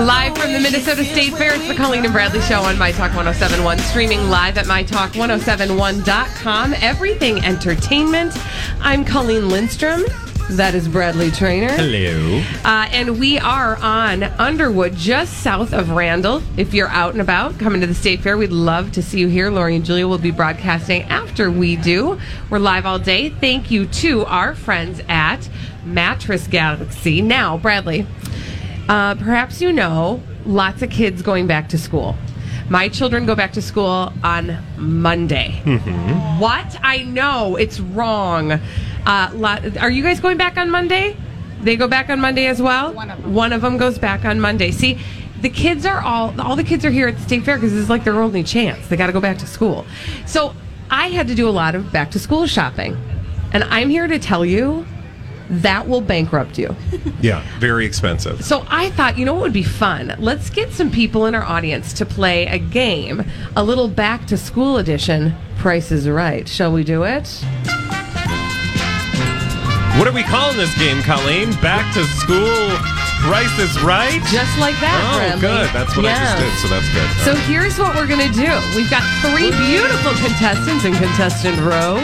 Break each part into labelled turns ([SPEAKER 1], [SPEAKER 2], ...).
[SPEAKER 1] Live from the Minnesota State Fair, it's the Colleen and Bradley Show on My Talk 1071, streaming live at MyTalk1071.com. Everything entertainment. I'm Colleen Lindstrom. That is Bradley Trainer.
[SPEAKER 2] Hello.
[SPEAKER 1] Uh, and we are on Underwood, just south of Randall. If you're out and about coming to the State Fair, we'd love to see you here. Lori and Julia will be broadcasting after we do. We're live all day. Thank you to our friends at Mattress Galaxy. Now, Bradley, uh, perhaps you know lots of kids going back to school. My children go back to school on Monday. What? I know it's wrong. Uh, lot, are you guys going back on Monday? They go back on Monday as well. One of them, goes back on Monday. See, the kids are all all the kids are here at the state fair because this is like their only chance. They got to go back to school. So I had to do a lot of back to school shopping, and I'm here to tell you that will bankrupt you.
[SPEAKER 2] Yeah, very expensive.
[SPEAKER 1] So I thought, you know what would be fun? Let's get some people in our audience to play a game, a little back to school edition. Price is right. Shall we do it?
[SPEAKER 2] What are we calling this game, Colleen? Back to school. Price is right.
[SPEAKER 1] Just like that,
[SPEAKER 2] oh,
[SPEAKER 1] Bradley.
[SPEAKER 2] good. That's what I just
[SPEAKER 1] Yeah.
[SPEAKER 2] did. So that's good.
[SPEAKER 1] So here's what we're going to do. We've got three beautiful contestants in contestant row.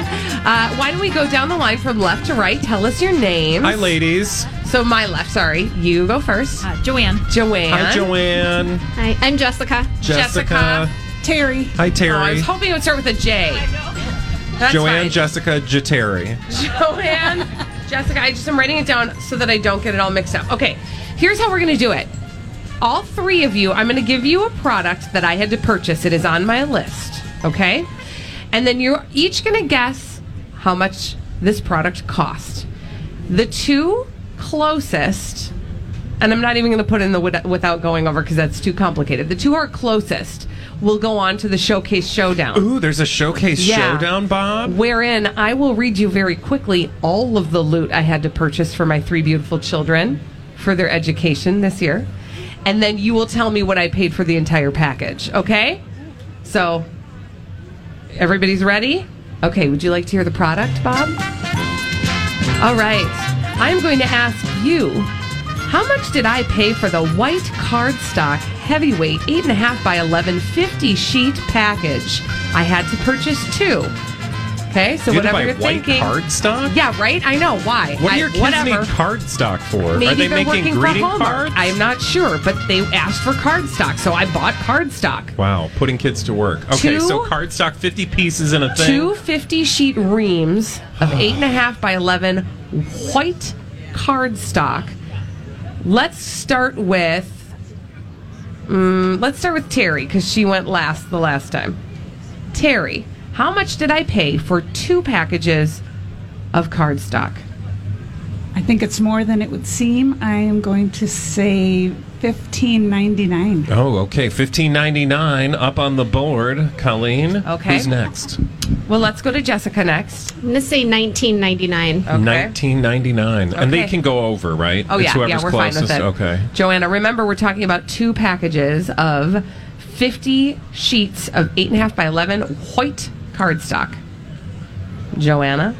[SPEAKER 1] Uh, why don't we go down the line from left to right? Tell us your names.
[SPEAKER 2] Hi, ladies.
[SPEAKER 1] So my left, sorry. You go first.
[SPEAKER 3] Uh, Joanne.
[SPEAKER 1] Joanne.
[SPEAKER 2] Hi, Joanne.
[SPEAKER 4] Hi, I'm Jessica.
[SPEAKER 1] Jessica.
[SPEAKER 3] Terry.
[SPEAKER 2] Hi,
[SPEAKER 1] Oh, I
[SPEAKER 2] Terry.
[SPEAKER 1] was hoping it would start with a J. That's
[SPEAKER 2] Joanne,
[SPEAKER 1] fine.
[SPEAKER 2] Jessica, Terry.
[SPEAKER 1] Joanne, Jessica, I just am writing it down so that I don't get it all mixed up. Okay, here's how we're going to do it. All three of you, I'm going to give you a product that I had to purchase. It is on my list, okay? And then you're each going to guess how much this product cost. The two closest, and I'm not even going to put in the wit- without going over because that's too complicated. The two are closest will go on to the showcase showdown
[SPEAKER 2] Ooh, there's a showcase
[SPEAKER 1] Yeah.
[SPEAKER 2] showdown, Bob.
[SPEAKER 1] wherein I will read you very quickly all of the loot I had to purchase for my three beautiful children for their education this year. And then you will tell me what I paid for the entire package, okay? So, everybody's ready? Okay, would you like to hear the product, Bob? All right. I'm going to ask you how much did I pay for the white cardstock heavyweight 8.5 by 1150 sheet package? I had to purchase two. Okay, so
[SPEAKER 2] you had
[SPEAKER 1] whatever
[SPEAKER 2] to buy
[SPEAKER 1] you're
[SPEAKER 2] white
[SPEAKER 1] thinking.
[SPEAKER 2] cardstock?
[SPEAKER 1] Yeah, right? I know. Why?
[SPEAKER 2] What
[SPEAKER 1] I-
[SPEAKER 2] do your kids
[SPEAKER 1] whatever.
[SPEAKER 2] need cardstock for?
[SPEAKER 1] Maybe
[SPEAKER 2] are they
[SPEAKER 1] they're
[SPEAKER 2] making
[SPEAKER 1] working
[SPEAKER 2] greeting
[SPEAKER 1] from home.
[SPEAKER 2] cards?
[SPEAKER 1] I'm not sure, but they asked for cardstock, so I bought cardstock.
[SPEAKER 2] Wow, putting kids to work. Okay,
[SPEAKER 1] Two-
[SPEAKER 2] so cardstock, 50 pieces in a thing.
[SPEAKER 1] Two fifty sheet reams of eight and a half by eleven white cardstock. Let's start with. mm, let's start with Terry because she went last the last time. Terry, how much did I pay for two packages of cardstock?
[SPEAKER 3] I think it's more than it would seem. I am going to say fifteen ninety nine.
[SPEAKER 2] Oh, okay. Fifteen ninety nine up on the board, Colleen.
[SPEAKER 1] Okay.
[SPEAKER 2] Who's next?
[SPEAKER 1] Well, let's go to Jessica next.
[SPEAKER 4] I'm gonna say 1999.
[SPEAKER 5] Oh.
[SPEAKER 1] Okay.
[SPEAKER 2] Nineteen ninety nine, and they
[SPEAKER 1] Okay.
[SPEAKER 2] can go over, right?
[SPEAKER 1] Oh
[SPEAKER 2] It's
[SPEAKER 1] yeah, yeah,
[SPEAKER 2] whoever's
[SPEAKER 1] we're
[SPEAKER 2] closest.
[SPEAKER 1] fine with it.
[SPEAKER 2] Okay.
[SPEAKER 1] Joanna, remember we're talking about two packages of fifty sheets of eight and a half by eleven white cardstock. Joanna,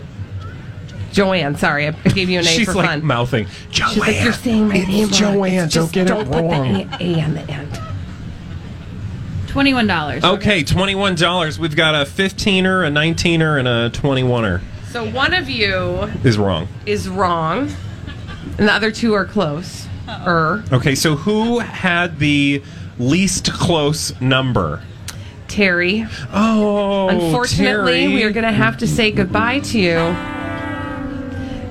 [SPEAKER 1] Joanne, sorry, I I gave you a name
[SPEAKER 2] She's
[SPEAKER 1] for
[SPEAKER 2] like
[SPEAKER 1] fun.
[SPEAKER 2] mouthing. Joanne.
[SPEAKER 1] She's like, you're saying my
[SPEAKER 2] It's
[SPEAKER 1] name wrong.
[SPEAKER 2] Joanne.
[SPEAKER 1] It's
[SPEAKER 2] don't
[SPEAKER 1] just-
[SPEAKER 2] get
[SPEAKER 1] don't
[SPEAKER 2] it wrong.
[SPEAKER 1] Put the A- A on the end.
[SPEAKER 5] Twenty-one dollars.
[SPEAKER 2] Okay, twenty one dollars. We've got a fifteen-er, a nineteen-er, and a twenty-one-er.
[SPEAKER 1] So one of you
[SPEAKER 2] Is wrong.
[SPEAKER 1] is wrong, and the other two are close. Er.
[SPEAKER 2] Okay, so who had the least close number?
[SPEAKER 1] Terry.
[SPEAKER 2] Oh,
[SPEAKER 1] Unfortunately,
[SPEAKER 2] Terry.
[SPEAKER 1] we are going to have to say goodbye to you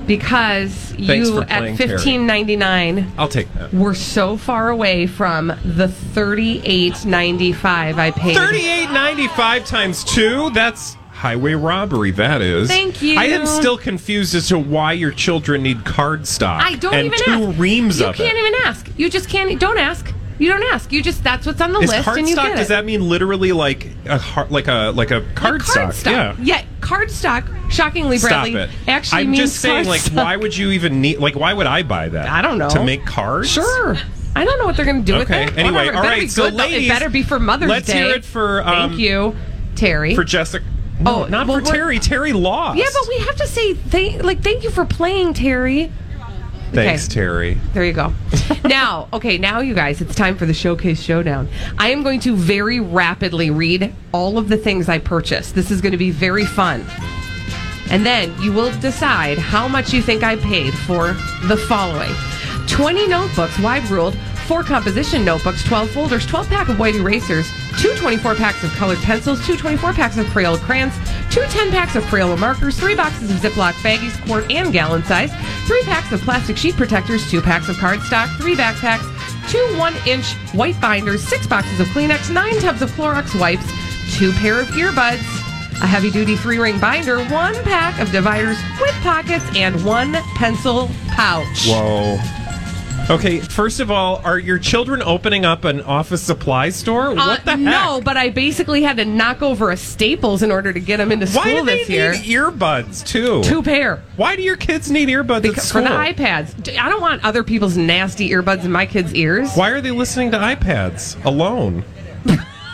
[SPEAKER 1] because
[SPEAKER 2] Thanks
[SPEAKER 1] you
[SPEAKER 2] for
[SPEAKER 1] at
[SPEAKER 2] playing, Terry.
[SPEAKER 1] 1599
[SPEAKER 2] I'll take that.
[SPEAKER 1] were so far away from the 3895 I paid.
[SPEAKER 2] Thirty-eight ninety-five times two. That's highway robbery. That is.
[SPEAKER 1] Thank you.
[SPEAKER 2] I am still confused as to why your children need card stock.
[SPEAKER 1] I don't
[SPEAKER 2] and
[SPEAKER 1] even
[SPEAKER 2] two
[SPEAKER 1] ask.
[SPEAKER 2] reams
[SPEAKER 1] you
[SPEAKER 2] of
[SPEAKER 1] can't
[SPEAKER 2] it.
[SPEAKER 1] even ask. You just can't. Don't ask. You don't ask. You just that's what's on the
[SPEAKER 2] Is
[SPEAKER 1] list,
[SPEAKER 2] card
[SPEAKER 1] and you
[SPEAKER 2] stock?
[SPEAKER 1] get it.
[SPEAKER 2] Does that mean literally like a har- like a like a card,
[SPEAKER 1] card
[SPEAKER 2] Yeah.
[SPEAKER 1] Yeah. card stock. Shockingly,
[SPEAKER 2] Stop
[SPEAKER 1] Bradley
[SPEAKER 2] it.
[SPEAKER 1] actually
[SPEAKER 2] I'm
[SPEAKER 1] means
[SPEAKER 2] just saying,
[SPEAKER 1] card
[SPEAKER 2] like,
[SPEAKER 1] stock.
[SPEAKER 2] why would you even need? Like, why would I buy that?
[SPEAKER 1] I don't know.
[SPEAKER 2] To make cards?
[SPEAKER 1] Sure. I don't know what they're going to do with
[SPEAKER 2] Okay.
[SPEAKER 1] it.
[SPEAKER 2] Anyway,
[SPEAKER 1] Whatever. It
[SPEAKER 2] all
[SPEAKER 1] better
[SPEAKER 2] right.
[SPEAKER 1] be
[SPEAKER 2] So,
[SPEAKER 1] good, though.
[SPEAKER 2] ladies,
[SPEAKER 1] it better be for Mother's
[SPEAKER 2] let's
[SPEAKER 1] Day.
[SPEAKER 2] hear it for, um,
[SPEAKER 1] Thank you, Terry.
[SPEAKER 2] For Jessica. No,
[SPEAKER 1] Oh,
[SPEAKER 2] not
[SPEAKER 1] well,
[SPEAKER 2] for
[SPEAKER 1] we're-
[SPEAKER 2] Terry. Terry lost.
[SPEAKER 1] yeah, but we have to say thank, like, thank you for playing, Terry.
[SPEAKER 2] Thanks,
[SPEAKER 1] okay.
[SPEAKER 2] Terry.
[SPEAKER 1] There you go. now, okay, now you guys, it's time for the showcase showdown. I am going to very rapidly read all of the things I purchased. This is going to be very fun. And then you will decide how much you think I paid for the following 20 notebooks, wide ruled, four composition notebooks, 12 folders, 12 pack of white erasers, two 24 packs of colored pencils, two 24 packs of Crayola crayons, two 10 packs of Crayola markers, three boxes of Ziploc baggies, quart and gallon size, three packs of plastic sheet protectors, two packs of cardstock, three backpacks, two one inch white binders, six boxes of Kleenex, nine tubs of Clorox wipes, two pair of earbuds a heavy duty three ring binder, one pack of dividers with pockets, and one pencil pouch.
[SPEAKER 2] Whoa. Okay, first of all, are your children opening up an office supply store?
[SPEAKER 1] Uh,
[SPEAKER 2] what the heck?
[SPEAKER 1] No, but I basically had to knock over a Staples in order to get them into school
[SPEAKER 2] Why do they
[SPEAKER 1] this year.
[SPEAKER 2] need earbuds too?
[SPEAKER 1] Two pair.
[SPEAKER 2] Why do your kids need earbuds at
[SPEAKER 1] Because- for
[SPEAKER 2] school?
[SPEAKER 1] the iPads. D- I don't want other people's nasty earbuds in my kids' ears.
[SPEAKER 2] Why are they listening to iPads alone?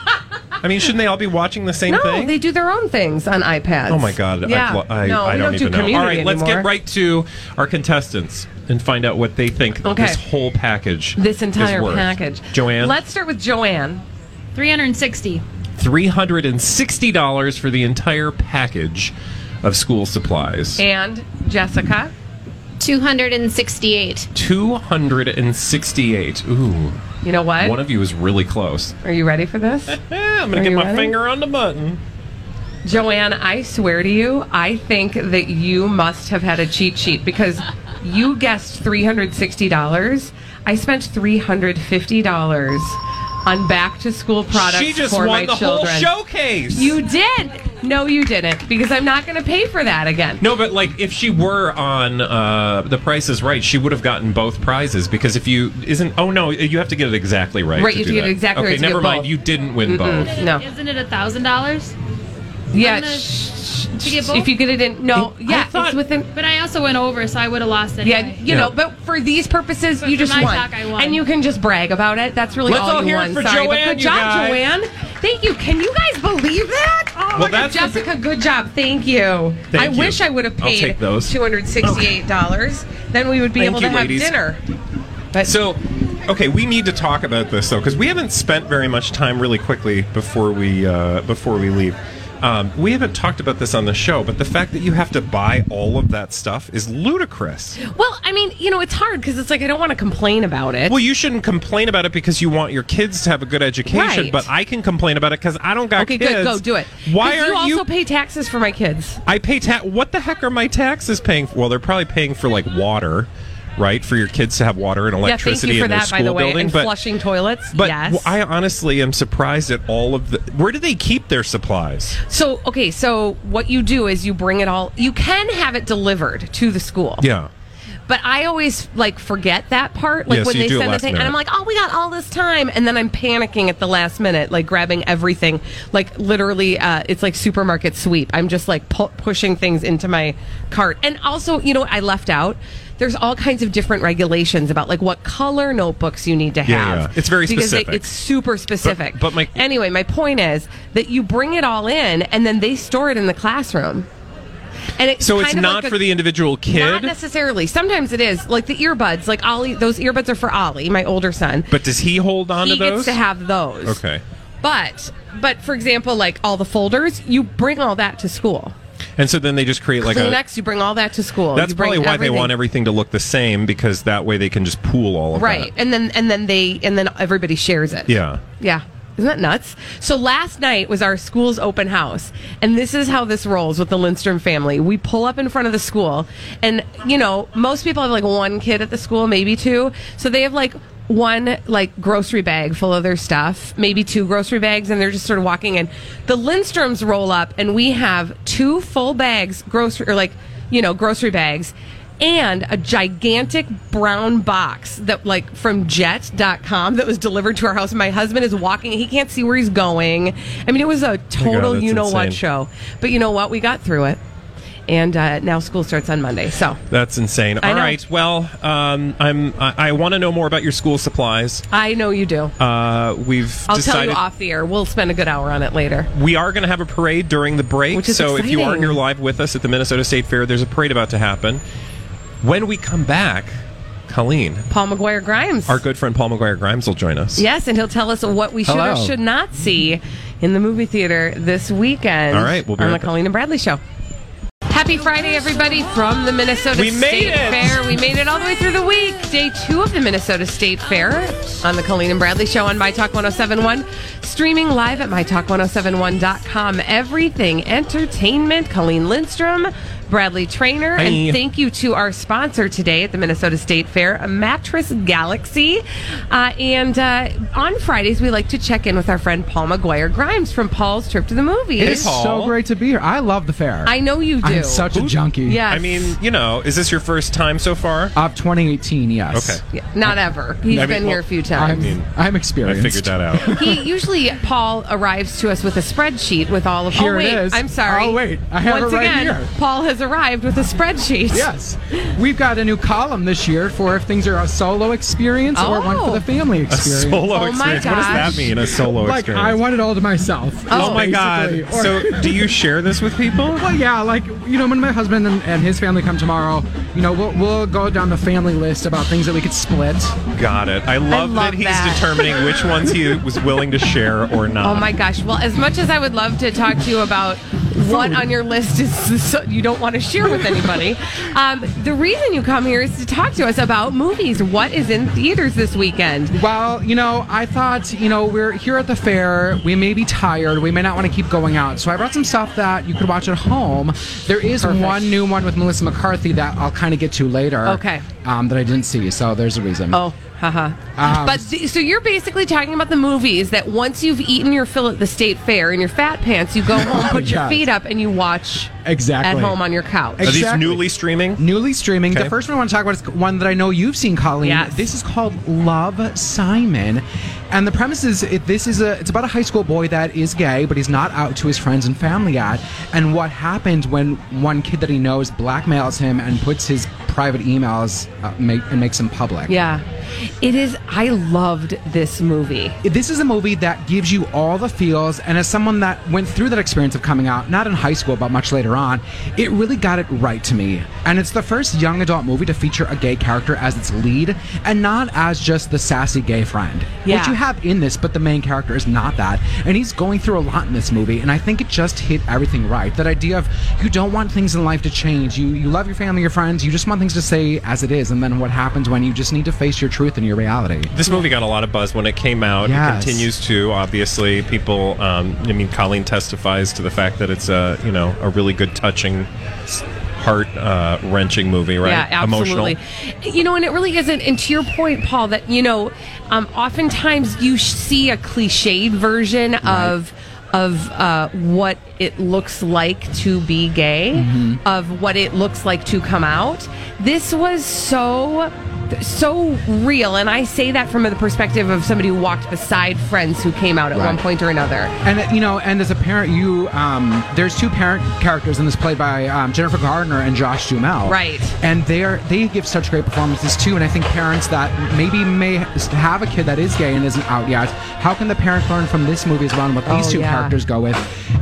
[SPEAKER 2] I mean, shouldn't they all be watching the same
[SPEAKER 1] No,
[SPEAKER 2] thing?
[SPEAKER 1] they do their own things on iPads.
[SPEAKER 2] Oh my god!
[SPEAKER 1] Yeah.
[SPEAKER 2] I've lo- I,
[SPEAKER 1] no,
[SPEAKER 2] I
[SPEAKER 1] we
[SPEAKER 2] don't,
[SPEAKER 1] do
[SPEAKER 2] even know.
[SPEAKER 1] community
[SPEAKER 2] All right, let's
[SPEAKER 1] anymore.
[SPEAKER 2] get right to our contestants and find out what they think
[SPEAKER 1] Okay.
[SPEAKER 2] this whole package,
[SPEAKER 1] This entire
[SPEAKER 2] is worth.
[SPEAKER 1] package.
[SPEAKER 2] Joanne,
[SPEAKER 1] Let's start with Joanne.
[SPEAKER 5] 360.
[SPEAKER 2] three hundred and sixty dollars for the entire package of school supplies.
[SPEAKER 1] And Jessica.
[SPEAKER 4] 268.
[SPEAKER 2] Two hundred and sixty-eight. Ooh,
[SPEAKER 1] You know what?
[SPEAKER 2] one of you is really close.
[SPEAKER 1] Are you ready for this?
[SPEAKER 2] Eh, I'm gonna
[SPEAKER 1] Are
[SPEAKER 2] get
[SPEAKER 1] you
[SPEAKER 2] my
[SPEAKER 1] ready?
[SPEAKER 2] finger on the button.
[SPEAKER 1] Joanne, I swear to you, I think that you must have had a cheat sheet because you guessed $360. I spent $350 on back to school products
[SPEAKER 2] she just
[SPEAKER 1] for my
[SPEAKER 2] won the
[SPEAKER 1] children.
[SPEAKER 2] whole showcase.
[SPEAKER 1] You did. No, you didn't because I'm not going to pay for that again.
[SPEAKER 2] No, but like if she were on uh, The Price Is Right, she would have gotten both prizes because if you isn't, oh no, you have to get it exactly right.
[SPEAKER 1] Right,
[SPEAKER 2] to
[SPEAKER 1] you have to
[SPEAKER 2] do
[SPEAKER 1] get
[SPEAKER 2] that.
[SPEAKER 1] it exactly
[SPEAKER 2] okay,
[SPEAKER 1] right to
[SPEAKER 2] never
[SPEAKER 1] get
[SPEAKER 2] mind.
[SPEAKER 1] both.
[SPEAKER 2] You didn't win both.
[SPEAKER 1] No.
[SPEAKER 5] Isn't it a $1,000?
[SPEAKER 1] Yeah.
[SPEAKER 5] the-
[SPEAKER 1] sh- sh-
[SPEAKER 5] to get
[SPEAKER 1] sh-
[SPEAKER 5] both?
[SPEAKER 1] if you get it in, no.
[SPEAKER 2] I
[SPEAKER 1] Yeah,
[SPEAKER 2] thought-
[SPEAKER 1] it's within.
[SPEAKER 5] But I also went over, so I would have lost anyway.
[SPEAKER 1] Yeah, you
[SPEAKER 2] Yeah.
[SPEAKER 1] know, but for these purposes,
[SPEAKER 5] But
[SPEAKER 1] you
[SPEAKER 5] for
[SPEAKER 1] just
[SPEAKER 5] my
[SPEAKER 1] won.
[SPEAKER 5] talk, I won.
[SPEAKER 1] and you can just brag about it. That's really
[SPEAKER 2] Let's
[SPEAKER 1] all
[SPEAKER 2] all
[SPEAKER 1] you
[SPEAKER 2] hear it
[SPEAKER 1] won.
[SPEAKER 2] for
[SPEAKER 1] Sorry,
[SPEAKER 2] Joanne,
[SPEAKER 1] but good
[SPEAKER 2] you
[SPEAKER 1] job,
[SPEAKER 2] guys.
[SPEAKER 1] Joanne. Thank you. Can you guys believe that? Oh, my
[SPEAKER 2] Well,
[SPEAKER 1] God.
[SPEAKER 2] that's the
[SPEAKER 1] Jessica, good job. Thank you.
[SPEAKER 2] Thank
[SPEAKER 1] I
[SPEAKER 2] you.
[SPEAKER 1] wish I would have
[SPEAKER 2] I'll
[SPEAKER 1] paid
[SPEAKER 2] take those.
[SPEAKER 1] two hundred sixty-eight dollars. Then we would be
[SPEAKER 2] Thank
[SPEAKER 1] able
[SPEAKER 2] you,
[SPEAKER 1] to have
[SPEAKER 2] ladies.
[SPEAKER 1] dinner. But
[SPEAKER 2] So, okay, we need to talk about this though because we haven't spent very much time really quickly before we uh, before we leave. Um, we haven't talked about this on the show, but the fact that you have to buy all of that stuff is ludicrous.
[SPEAKER 1] well, I mean, you know, it's hard because it's like I don't want to complain about it.
[SPEAKER 2] Well, you shouldn't complain about it because you want your kids to have a good education,
[SPEAKER 1] Right.
[SPEAKER 2] but I can complain about it because I don't got
[SPEAKER 1] okay,
[SPEAKER 2] kids.
[SPEAKER 1] good. Go do it.
[SPEAKER 2] Why
[SPEAKER 1] 'Cause you
[SPEAKER 2] are
[SPEAKER 1] also
[SPEAKER 2] you?
[SPEAKER 1] pay taxes for my kids?
[SPEAKER 2] I pay tax. What the heck are my taxes paying for? Well, they're probably paying for like water, right? For your kids to have water and
[SPEAKER 1] Yeah, thank
[SPEAKER 2] electricity
[SPEAKER 1] you for
[SPEAKER 2] in their
[SPEAKER 1] that,
[SPEAKER 2] school
[SPEAKER 1] by the way,
[SPEAKER 2] building.
[SPEAKER 1] and
[SPEAKER 2] but
[SPEAKER 1] flushing toilets.
[SPEAKER 2] but
[SPEAKER 1] yes.
[SPEAKER 2] w- I honestly am surprised at all of the. Where do they keep their supplies?
[SPEAKER 1] So, okay, so what you do is you bring it all, you can have it delivered to the school.
[SPEAKER 2] Yeah.
[SPEAKER 1] But I always like forget that part. Like
[SPEAKER 2] Yeah, so
[SPEAKER 1] when
[SPEAKER 2] you
[SPEAKER 1] they
[SPEAKER 2] do it
[SPEAKER 1] send the
[SPEAKER 2] last
[SPEAKER 1] thing, and I'm
[SPEAKER 2] minute.
[SPEAKER 1] like, oh, we got all this time. And then I'm panicking at the last minute, like grabbing everything. Like literally, uh, it's like supermarket sweep. I'm just like pu- pushing things into my cart. And also, you know what I left out? There's all kinds of different regulations about like what color notebooks you need to
[SPEAKER 2] Yeah,
[SPEAKER 1] have.
[SPEAKER 2] yeah. It's very
[SPEAKER 1] Because they-
[SPEAKER 2] specific.
[SPEAKER 1] it's super specific.
[SPEAKER 2] but my-
[SPEAKER 1] anyway, my point is that you bring it all in, and then they store it in the classroom. And it's
[SPEAKER 2] So it's
[SPEAKER 1] kind of
[SPEAKER 2] not
[SPEAKER 1] like a-
[SPEAKER 2] for the individual
[SPEAKER 1] Not
[SPEAKER 2] kid.
[SPEAKER 1] necessarily. Sometimes it is. Like the earbuds, like Ollie, those earbuds are for Ollie, my older son.
[SPEAKER 2] but does he hold on
[SPEAKER 1] he
[SPEAKER 2] to those?
[SPEAKER 1] gets to have those.
[SPEAKER 2] okay.
[SPEAKER 1] But but for example, like all the folders, you bring all that to school.
[SPEAKER 2] And so then they just create like a.
[SPEAKER 1] Kleenex, you bring all that to school.
[SPEAKER 2] That's
[SPEAKER 1] You bring
[SPEAKER 2] probably why they
[SPEAKER 1] everything.
[SPEAKER 2] want everything to look the same because that way they can just pool all of
[SPEAKER 1] Right,
[SPEAKER 2] that.
[SPEAKER 1] and then and then they and then everybody shares it.
[SPEAKER 2] Yeah.
[SPEAKER 1] Yeah. Isn't that nuts? So last night was our school's open house, and this is how this rolls with the Lindstrom family. We pull up in front of the school, and you know, most people have like one kid at the school, maybe two. So they have like one like grocery bag full of their stuff, maybe two grocery bags, and they're just sort of walking in. The Lindstroms roll up, and we have two full bags grocery or like you know grocery bags and a gigantic brown box that like from jet.com that was delivered to our house my husband is walking he can't see where he's going i mean it was a total
[SPEAKER 2] Oh that's
[SPEAKER 1] you know
[SPEAKER 2] insane.
[SPEAKER 1] what show but you know what we got through it and uh, now school starts on monday so
[SPEAKER 2] That's insane.
[SPEAKER 1] I
[SPEAKER 2] All
[SPEAKER 1] know.
[SPEAKER 2] right. Well, um, I'm. I, I want to know more about your school supplies.
[SPEAKER 1] i know you do
[SPEAKER 2] Uh, we've
[SPEAKER 1] i'll tell
[SPEAKER 2] decided
[SPEAKER 1] you off the air we'll spend a good hour on it later
[SPEAKER 2] we are going to have a parade during the break.
[SPEAKER 1] Which is
[SPEAKER 2] so if you are
[SPEAKER 1] exciting.
[SPEAKER 2] here live with us at the Minnesota State Fair, there's a parade about to happen. When we come back, Colleen,
[SPEAKER 1] paul mcguire grimes
[SPEAKER 2] our good friend Paul McGuire Grimes will join us.
[SPEAKER 1] yes and he'll tell us what we should or
[SPEAKER 6] Hello.
[SPEAKER 1] should not see in the movie theater this weekend
[SPEAKER 2] All right, we'll be
[SPEAKER 1] on
[SPEAKER 2] right
[SPEAKER 1] the
[SPEAKER 2] back.
[SPEAKER 1] colleen and bradley show Happy Friday, everybody, from the Minnesota
[SPEAKER 2] We made
[SPEAKER 1] State
[SPEAKER 2] it.
[SPEAKER 1] Fair. We made it all the way through the week. Day two of the Minnesota State Fair on the Colleen and Bradley Show on My Talk 1071. Streaming live at MyTalk1071.com. Everything entertainment. Colleen Lindstrom, Bradley Trainer.
[SPEAKER 2] Hi.
[SPEAKER 1] And thank you to our sponsor today at the Minnesota State Fair, Mattress Galaxy. Uh, and uh, on Fridays, we like to check in with our friend Paul McGuire Grimes from Paul's Trip to the Movies.
[SPEAKER 2] Hey,
[SPEAKER 6] It's
[SPEAKER 2] Paul.
[SPEAKER 6] so great to be here. I love the fair.
[SPEAKER 1] I know you do.
[SPEAKER 6] I'm such a junkie.
[SPEAKER 1] Yeah.
[SPEAKER 2] I mean, you know, is this your first time so far?
[SPEAKER 1] Uh,
[SPEAKER 6] Of 2018, yes.
[SPEAKER 2] Okay.
[SPEAKER 1] Yeah, not ever. He's
[SPEAKER 2] I mean,
[SPEAKER 1] been
[SPEAKER 2] well,
[SPEAKER 1] here a few
[SPEAKER 6] I'm,
[SPEAKER 1] times.
[SPEAKER 6] I'm
[SPEAKER 2] I
[SPEAKER 6] experienced.
[SPEAKER 2] figured that out.
[SPEAKER 1] he usually Paul arrives to us with a spreadsheet with all of.
[SPEAKER 6] Here
[SPEAKER 1] oh
[SPEAKER 6] it
[SPEAKER 1] wait,
[SPEAKER 6] is.
[SPEAKER 1] I'm sorry.
[SPEAKER 6] Oh, wait, I have it
[SPEAKER 1] Once
[SPEAKER 6] right
[SPEAKER 1] again,
[SPEAKER 6] here.
[SPEAKER 1] Paul has arrived with a spreadsheet.
[SPEAKER 6] Yes. We've got a new column this year for if things are a solo experience or one
[SPEAKER 1] Oh.
[SPEAKER 6] for the family
[SPEAKER 2] a
[SPEAKER 6] experience.
[SPEAKER 2] solo
[SPEAKER 1] Oh my
[SPEAKER 2] experience. What does that
[SPEAKER 1] gosh.
[SPEAKER 2] mean? A solo
[SPEAKER 6] like,
[SPEAKER 2] experience.
[SPEAKER 6] I want it all to myself.
[SPEAKER 2] oh my god.
[SPEAKER 6] basically. Or-
[SPEAKER 2] so, do you share this with people?
[SPEAKER 6] Well, yeah, like you know, when my husband and, and his family come tomorrow, you know, we'll, we'll go down the family list about things that we could split.
[SPEAKER 2] Got it. I love,
[SPEAKER 1] love
[SPEAKER 2] that he's
[SPEAKER 1] that.
[SPEAKER 2] determining which ones he was willing to share or not.
[SPEAKER 1] Oh my gosh. Well, as much as I would love to talk to you about what on your list is so you don't want to share with anybody, um, the reason you come here is to talk to us about movies. What is in theaters this weekend?
[SPEAKER 6] Well, you know, I thought, you know, we're here at the fair. We may be tired. We may not want to keep going out. So I brought some stuff that you could watch at home. There is one new one with Melissa McCarthy that I'll kind of get to later.
[SPEAKER 1] Okay.
[SPEAKER 6] Um, that I didn't see. So there's a reason.
[SPEAKER 1] Oh, haha.
[SPEAKER 6] Um,
[SPEAKER 1] but th- so you're basically talking about the movies that once you've eaten your fill at the state fair in your fat pants, you go home, put your
[SPEAKER 6] Yes.
[SPEAKER 1] feet up, and you watch
[SPEAKER 6] Exactly.
[SPEAKER 1] at home on your couch.
[SPEAKER 2] Are these
[SPEAKER 6] Exactly.
[SPEAKER 2] newly streaming?
[SPEAKER 6] Newly streaming.
[SPEAKER 2] Okay.
[SPEAKER 6] The first one I want to talk about is one that I know you've seen, Colleen.
[SPEAKER 1] Yes.
[SPEAKER 6] This is called Love Simon, and the premise is it, this is a it's about a high school boy that is gay, but he's not out to his friends and family yet. And what happens when one kid that he knows blackmails him and puts his private emails uh, make, and makes them public.
[SPEAKER 1] Yeah. It is. I loved this movie.
[SPEAKER 6] This is a movie that gives you all the feels, and as someone that went through that experience of coming out, not in high school, but much later on, it really got it right to me. And it's the first young adult movie to feature a gay character as its lead, and not as just the sassy gay friend,
[SPEAKER 1] Yeah.
[SPEAKER 6] which you have in this, but the main character is not that. And he's going through a lot in this movie, and I think it just hit everything right. That idea of you don't want things in life to change. You you love your family, your friends, you just want things to stay as it is, and then what happens when you just need to face your truth and your reality.
[SPEAKER 2] This movie got a lot of buzz when it came out. It
[SPEAKER 6] Yes.
[SPEAKER 2] continues to obviously people. Um, I mean, Colleen testifies to the fact that it's a you know a really good, touching, heart uh, wrenching movie, right?
[SPEAKER 1] Yeah, absolutely.
[SPEAKER 2] Emotional.
[SPEAKER 1] You know, and it really isn't. And to your point, Paul, that you know, um, oftentimes you sh- see a cliched version of of uh, what it looks like to be gay,
[SPEAKER 2] Mm-hmm.
[SPEAKER 1] of what it looks like to come out. This was so so real, and I say that from the perspective of somebody who walked beside friends who came out at
[SPEAKER 6] Right.
[SPEAKER 1] one point or another.
[SPEAKER 6] And uh, you know, and as a parent, you um, there's two parent characters in this played by um, Jennifer Gardner and Josh Duhamel.
[SPEAKER 1] Right.
[SPEAKER 6] And they are they give such great performances too. And I think parents that maybe may have a kid that is gay and isn't out yet, how can the parent learn from this movie as well and what these
[SPEAKER 1] Oh,
[SPEAKER 6] two
[SPEAKER 1] yeah.
[SPEAKER 6] characters go with?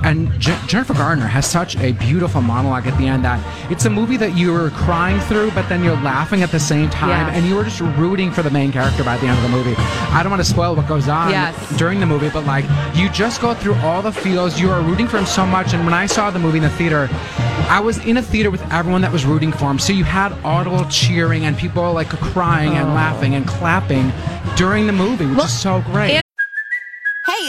[SPEAKER 6] And Je- Jennifer Gardner has such a beautiful monologue at the end that it's a movie that you're crying through, but then you're laughing at the same time,
[SPEAKER 1] Yes.
[SPEAKER 6] and and you were just rooting for the main character by the end of the movie. I don't want to spoil what goes on
[SPEAKER 1] Yes.
[SPEAKER 6] during the movie, but like you just go through all the feels. You are rooting for him so much. And when I saw the movie in the theater, I was in a theater with everyone that was rooting for him. So you had audible cheering and people like crying and laughing and clapping during the movie, which is so great.
[SPEAKER 7] Hey,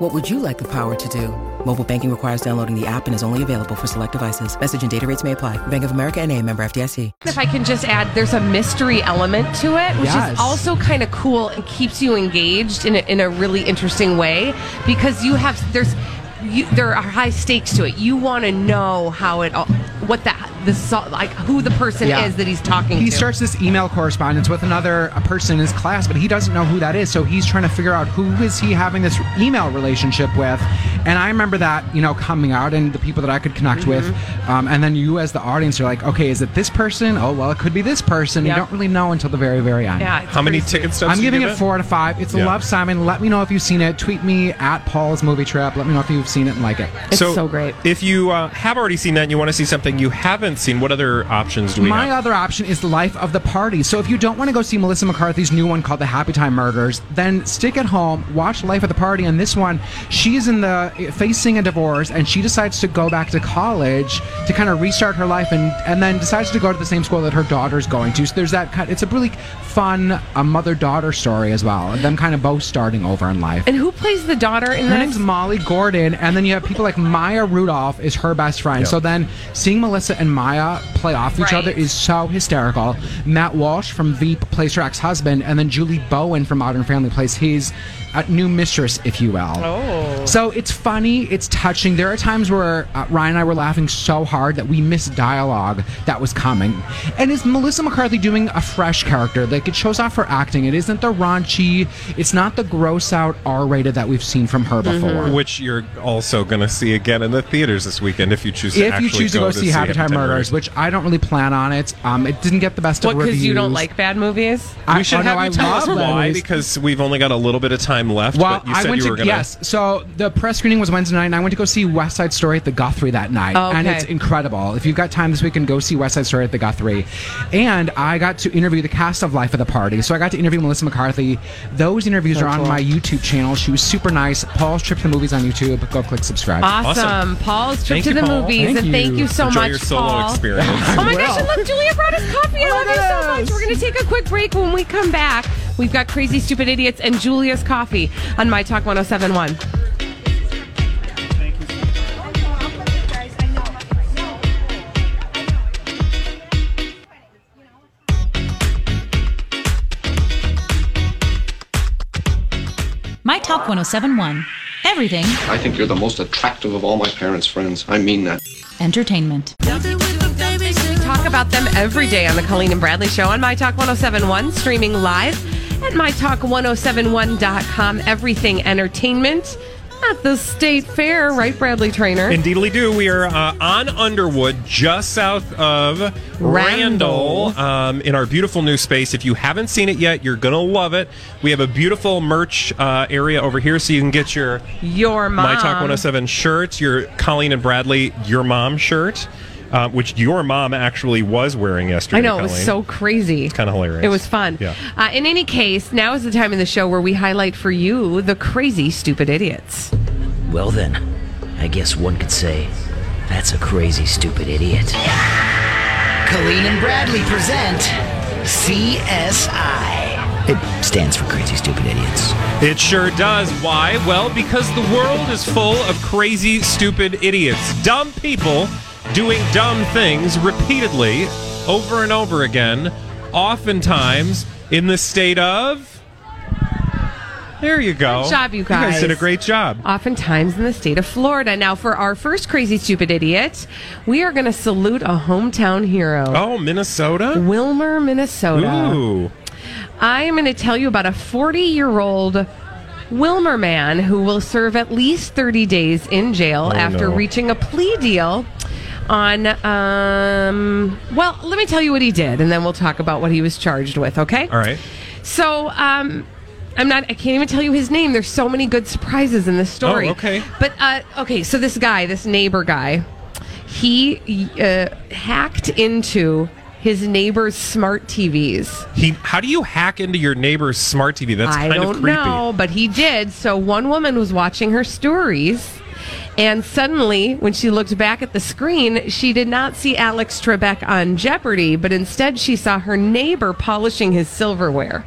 [SPEAKER 8] What would you like the power to do? Mobile banking requires downloading the app and is only available for select devices. Message and data rates may apply. Bank of America and a member FDIC.
[SPEAKER 1] If I can just add, there's a mystery element to it, which
[SPEAKER 6] Yes.
[SPEAKER 1] is also kind of cool and keeps you engaged in a, in a really interesting way because you have there's you, there are high stakes to it. You want to know how it all, what that the sol- like who the person
[SPEAKER 6] Yeah.
[SPEAKER 1] is that he's talking
[SPEAKER 6] he
[SPEAKER 1] to.
[SPEAKER 6] starts this email correspondence with another a person in his class, but he doesn't know who that is. So he's trying to figure out who is he having this email relationship with. And I remember that you know coming out and the people that I could connect with, um, and then you as the audience are like, okay, is it this person? Oh well, it could be this person.
[SPEAKER 1] Yep.
[SPEAKER 6] You don't really know until the very very end.
[SPEAKER 1] yeah, it's
[SPEAKER 2] How many
[SPEAKER 1] pretty sweet.
[SPEAKER 2] ticket stubs?
[SPEAKER 6] I'm
[SPEAKER 2] do you
[SPEAKER 6] giving
[SPEAKER 2] give
[SPEAKER 6] it four out of five. It's
[SPEAKER 2] Yeah.
[SPEAKER 6] a love, Simon. Let me know if you've seen it. Tweet me at Paul's Movie Trip. Let me know if you've seen it and like it.
[SPEAKER 1] It's so great.
[SPEAKER 2] If you uh, have already seen that and you want to see something you haven't seen, what other options do we
[SPEAKER 6] My
[SPEAKER 2] have?
[SPEAKER 6] other option is Life of the Party. So if you don't want to go see Melissa McCarthy's new one called The Happy Time Murders, then stick at home, watch Life of the Party. And this one, she's in the facing a divorce, and she decides to go back to college to kind of restart her life, and and then decides to go to the same school that her daughter's going to. So there's that. Kind, it's a really fun uh, mother daughter story as well. Them kind of both starting over in life.
[SPEAKER 1] and who plays the daughter in
[SPEAKER 6] Her
[SPEAKER 1] that?
[SPEAKER 6] name's Molly Gordon, and then you have people like Maya Rudolph is her best friend. So then seeing Melissa and Maya play off each
[SPEAKER 1] Right.
[SPEAKER 6] other is so hysterical. Matt Walsh from Veep plays her ex-husband, and then Julie Bowen from Modern Family plays his uh, new mistress, if you will. Oh. So it's funny, it's touching. There are times where uh, Ryan and I were laughing so hard that we missed dialogue that was coming. And it's Melissa McCarthy doing a fresh character. Like it shows off her acting. It isn't the raunchy, it's not the gross out R-rated that we've seen from her before.
[SPEAKER 2] Which you're also going to see again in the theaters this weekend if you choose to
[SPEAKER 6] if you
[SPEAKER 2] actually
[SPEAKER 6] choose to go, see Happy Time Murders,
[SPEAKER 2] Murders.
[SPEAKER 6] which I don't really plan on it, um, it didn't get the best
[SPEAKER 1] what
[SPEAKER 6] of reviews.
[SPEAKER 1] because you don't like bad movies?
[SPEAKER 6] I,
[SPEAKER 2] we should
[SPEAKER 6] oh,
[SPEAKER 2] have
[SPEAKER 6] no,
[SPEAKER 2] you
[SPEAKER 6] I
[SPEAKER 2] tell us
[SPEAKER 6] love that
[SPEAKER 2] why
[SPEAKER 6] movie.
[SPEAKER 2] because we've only got a little bit of time left.
[SPEAKER 6] Well,
[SPEAKER 2] but you
[SPEAKER 6] I
[SPEAKER 2] said
[SPEAKER 6] went
[SPEAKER 2] you
[SPEAKER 6] to
[SPEAKER 2] were going
[SPEAKER 6] yes. So the press screening was Wednesday night, and I went to go see West Side Story at the Guthrie that night,
[SPEAKER 1] Oh,
[SPEAKER 6] and
[SPEAKER 1] okay.
[SPEAKER 6] it's incredible. If you've got time this weekend, go see West Side Story at the Guthrie. And I got to interview the cast of Life of the Party, so I got to interview Melissa McCarthy. Those interviews are on my YouTube channel. She was super nice. Paul's trip to the movies on YouTube. Go click subscribe.
[SPEAKER 1] Awesome.
[SPEAKER 2] Awesome.
[SPEAKER 1] Paul's trip
[SPEAKER 2] Thank
[SPEAKER 1] to
[SPEAKER 2] you,
[SPEAKER 1] the
[SPEAKER 2] Paul.
[SPEAKER 1] movies,
[SPEAKER 6] Thank
[SPEAKER 1] and thank
[SPEAKER 6] you.
[SPEAKER 1] you so
[SPEAKER 2] Enjoy
[SPEAKER 1] much,
[SPEAKER 2] your solo
[SPEAKER 1] Paul.
[SPEAKER 2] experience.
[SPEAKER 1] Oh my
[SPEAKER 6] I
[SPEAKER 1] gosh,
[SPEAKER 6] will.
[SPEAKER 1] and look, Julia brought us coffee. I
[SPEAKER 6] Oh
[SPEAKER 1] love
[SPEAKER 6] my
[SPEAKER 1] you so much.
[SPEAKER 6] goodness.
[SPEAKER 1] We're going to take a quick break. When we come back, we've got Crazy Stupid Idiots and Julia's Coffee on My Talk 1071.
[SPEAKER 9] My Top 1071. Everything
[SPEAKER 10] I think you're the most attractive of all my parents' friends. I mean that.
[SPEAKER 9] entertainment.
[SPEAKER 1] We talk about them every day on the Colleen and Bradley Show on My Talk 1071, streaming live at MyTalk1071.com. Everything Entertainment at the State Fair, right, Bradley Trainer?
[SPEAKER 2] Indeedly do. We are uh, on Underwood, just south of Randall,
[SPEAKER 1] Randall.
[SPEAKER 2] um, in our beautiful new space. If you haven't seen it yet, you're going to love it. We have a beautiful merch uh, area over here so you can get your
[SPEAKER 1] Your mom.
[SPEAKER 2] My Talk 107 shirts, your Colleen and Bradley Your Mom shirt, uh, which your mom actually was wearing yesterday.
[SPEAKER 1] I know it was
[SPEAKER 2] Colleen.
[SPEAKER 1] so crazy. It's
[SPEAKER 2] kinda hilarious.
[SPEAKER 1] It was fun.
[SPEAKER 2] Yeah.
[SPEAKER 1] Uh, in any case, now is the time in the show where we highlight for you the crazy, stupid idiots.
[SPEAKER 11] Well, then, I guess one could say that's a crazy, stupid idiot. Colleen and Bradley present CSI. It stands for crazy, stupid idiots.
[SPEAKER 2] It sure does. Why? Well, because the world is full of crazy, stupid idiots. Dumb people doing dumb things repeatedly, over and over again, oftentimes in the state of. There you go.
[SPEAKER 1] Good job, you
[SPEAKER 2] You
[SPEAKER 1] guys.
[SPEAKER 2] guys did a great job.
[SPEAKER 1] Oftentimes in the state of Florida. Now, for our first crazy, stupid idiot, we are going to salute a hometown hero.
[SPEAKER 2] Oh, Minnesota?
[SPEAKER 1] Wilmer, Minnesota.
[SPEAKER 2] Ooh.
[SPEAKER 1] I am going to tell you about a 40 year old Wilmer man who will serve at least 30 days in jail
[SPEAKER 12] Oh,
[SPEAKER 1] after
[SPEAKER 12] no.
[SPEAKER 1] reaching a plea deal on, um, well, let me tell you what he did and then we'll talk about what he was charged with, okay?
[SPEAKER 2] All right.
[SPEAKER 1] So, um, I'm not. I can't even tell you his name. There's so many good surprises in this story.
[SPEAKER 2] Oh, okay.
[SPEAKER 1] But uh, okay, so this guy, this neighbor guy, he uh, hacked into his neighbor's smart TVs.
[SPEAKER 2] He, how do you hack into your neighbor's smart TV? That's
[SPEAKER 1] I
[SPEAKER 2] kind
[SPEAKER 1] don't
[SPEAKER 2] of creepy.
[SPEAKER 1] know, but he did. So one woman was watching her stories, and suddenly, when she looked back at the screen, she did not see Alex Trebek on Jeopardy, but instead she saw her neighbor polishing his silverware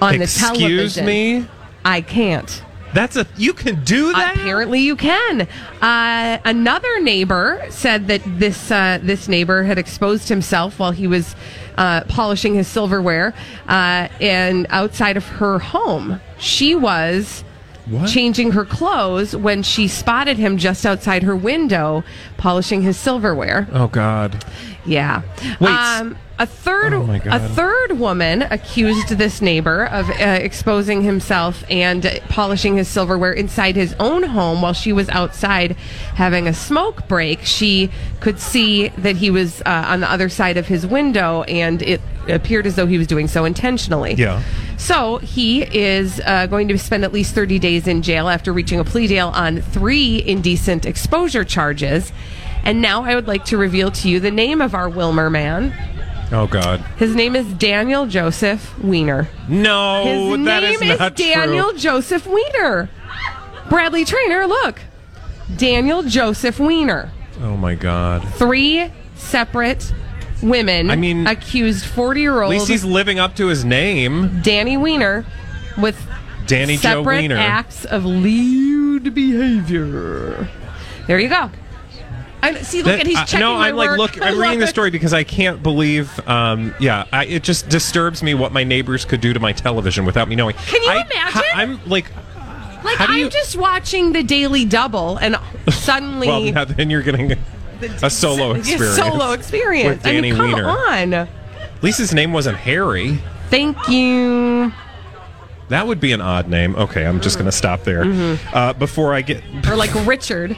[SPEAKER 1] on the television.
[SPEAKER 2] Excuse me?
[SPEAKER 1] I can't.
[SPEAKER 2] That's a you can do that.
[SPEAKER 1] Uh, Apparently, you can. Uh, another neighbor said that this uh, this neighbor had exposed himself while he was uh, polishing his silverware, uh, and outside of her home, she was. Changing her clothes when she spotted him just outside her window polishing his silverware.
[SPEAKER 2] Oh God.
[SPEAKER 1] Yeah.
[SPEAKER 2] Wait.
[SPEAKER 1] Um, a third,
[SPEAKER 2] Oh, my God.
[SPEAKER 1] a third woman accused this neighbor of uh, exposing himself and uh, polishing his silverware inside his own home while she was outside having a smoke break. She could see that he was uh, on the other side of his window, and it appeared as though he was doing so intentionally.
[SPEAKER 2] Yeah.
[SPEAKER 1] So he is uh, going to spend at least 30 days in jail after reaching a plea deal on three indecent exposure charges. And now I would like to reveal to you the name of our Wilmer man.
[SPEAKER 2] Oh God.
[SPEAKER 1] His name is Daniel Joseph Wiener.
[SPEAKER 2] No,
[SPEAKER 1] His
[SPEAKER 2] Oh, that
[SPEAKER 1] name
[SPEAKER 2] is not
[SPEAKER 1] Daniel
[SPEAKER 2] true.
[SPEAKER 1] Joseph Wiener. Bradley Trainer, look. Daniel Joseph Wiener.
[SPEAKER 2] Oh my God.
[SPEAKER 1] Three separate women
[SPEAKER 2] I mean,
[SPEAKER 1] accused 40 year
[SPEAKER 2] At
[SPEAKER 1] old
[SPEAKER 2] least he's living up to his name,
[SPEAKER 1] Danny Wiener with
[SPEAKER 2] Danny Joe
[SPEAKER 1] separate
[SPEAKER 2] Wiener.
[SPEAKER 1] acts of lewd behavior. There you go. I, see, look,
[SPEAKER 2] That-
[SPEAKER 1] at he's
[SPEAKER 2] I-
[SPEAKER 1] checking
[SPEAKER 2] no,
[SPEAKER 1] my
[SPEAKER 2] I'm
[SPEAKER 1] work.
[SPEAKER 2] like, look,
[SPEAKER 1] I
[SPEAKER 2] I'm
[SPEAKER 1] love
[SPEAKER 2] reading the
[SPEAKER 1] it.
[SPEAKER 2] story because I can't believe. Um, yeah, I, it just disturbs me what my neighbors could do to my television without me knowing.
[SPEAKER 1] Can you
[SPEAKER 2] I,
[SPEAKER 1] imagine?
[SPEAKER 2] I, am like,
[SPEAKER 1] Like,
[SPEAKER 2] how do
[SPEAKER 1] I'm
[SPEAKER 2] you-
[SPEAKER 1] just watching the Daily Double, and suddenly
[SPEAKER 2] well, now then you're getting a, a solo
[SPEAKER 1] it's a
[SPEAKER 2] experience.
[SPEAKER 1] solo experience.
[SPEAKER 2] with Danny
[SPEAKER 1] I mean, come
[SPEAKER 2] Wiener.
[SPEAKER 1] on.
[SPEAKER 2] At least his name wasn't Harry.
[SPEAKER 1] Thank you.
[SPEAKER 2] That would be an odd name. Okay, I'm just going to stop there.
[SPEAKER 1] Mhm.
[SPEAKER 2] Uh, before I get
[SPEAKER 1] Or like Richard.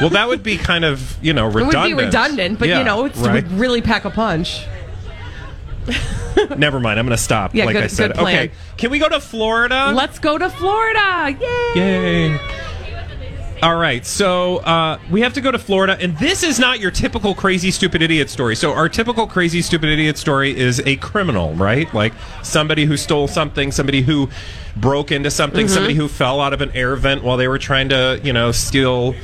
[SPEAKER 2] well, that would be kind of you know redundant.
[SPEAKER 1] It would be redundant, but
[SPEAKER 2] Yeah,
[SPEAKER 1] you know, it's, it
[SPEAKER 2] right?
[SPEAKER 1] would really pack a punch.
[SPEAKER 2] Never mind. I'm going to stop.
[SPEAKER 1] Yeah,
[SPEAKER 2] like
[SPEAKER 1] good-
[SPEAKER 2] I said.
[SPEAKER 1] good plan.
[SPEAKER 2] Okay, can we go to Florida?
[SPEAKER 1] Let's go to Florida. Yay!
[SPEAKER 2] Yay. All right, so uh, we have to go to Florida, and this is not your typical crazy, stupid idiot story. So, our typical crazy, stupid idiot story is a criminal, right? Like somebody who stole something, somebody who broke into something,
[SPEAKER 13] Mhm.
[SPEAKER 1] Mm-hmm.
[SPEAKER 2] somebody who fell out of an air vent while they were trying to, you know, steal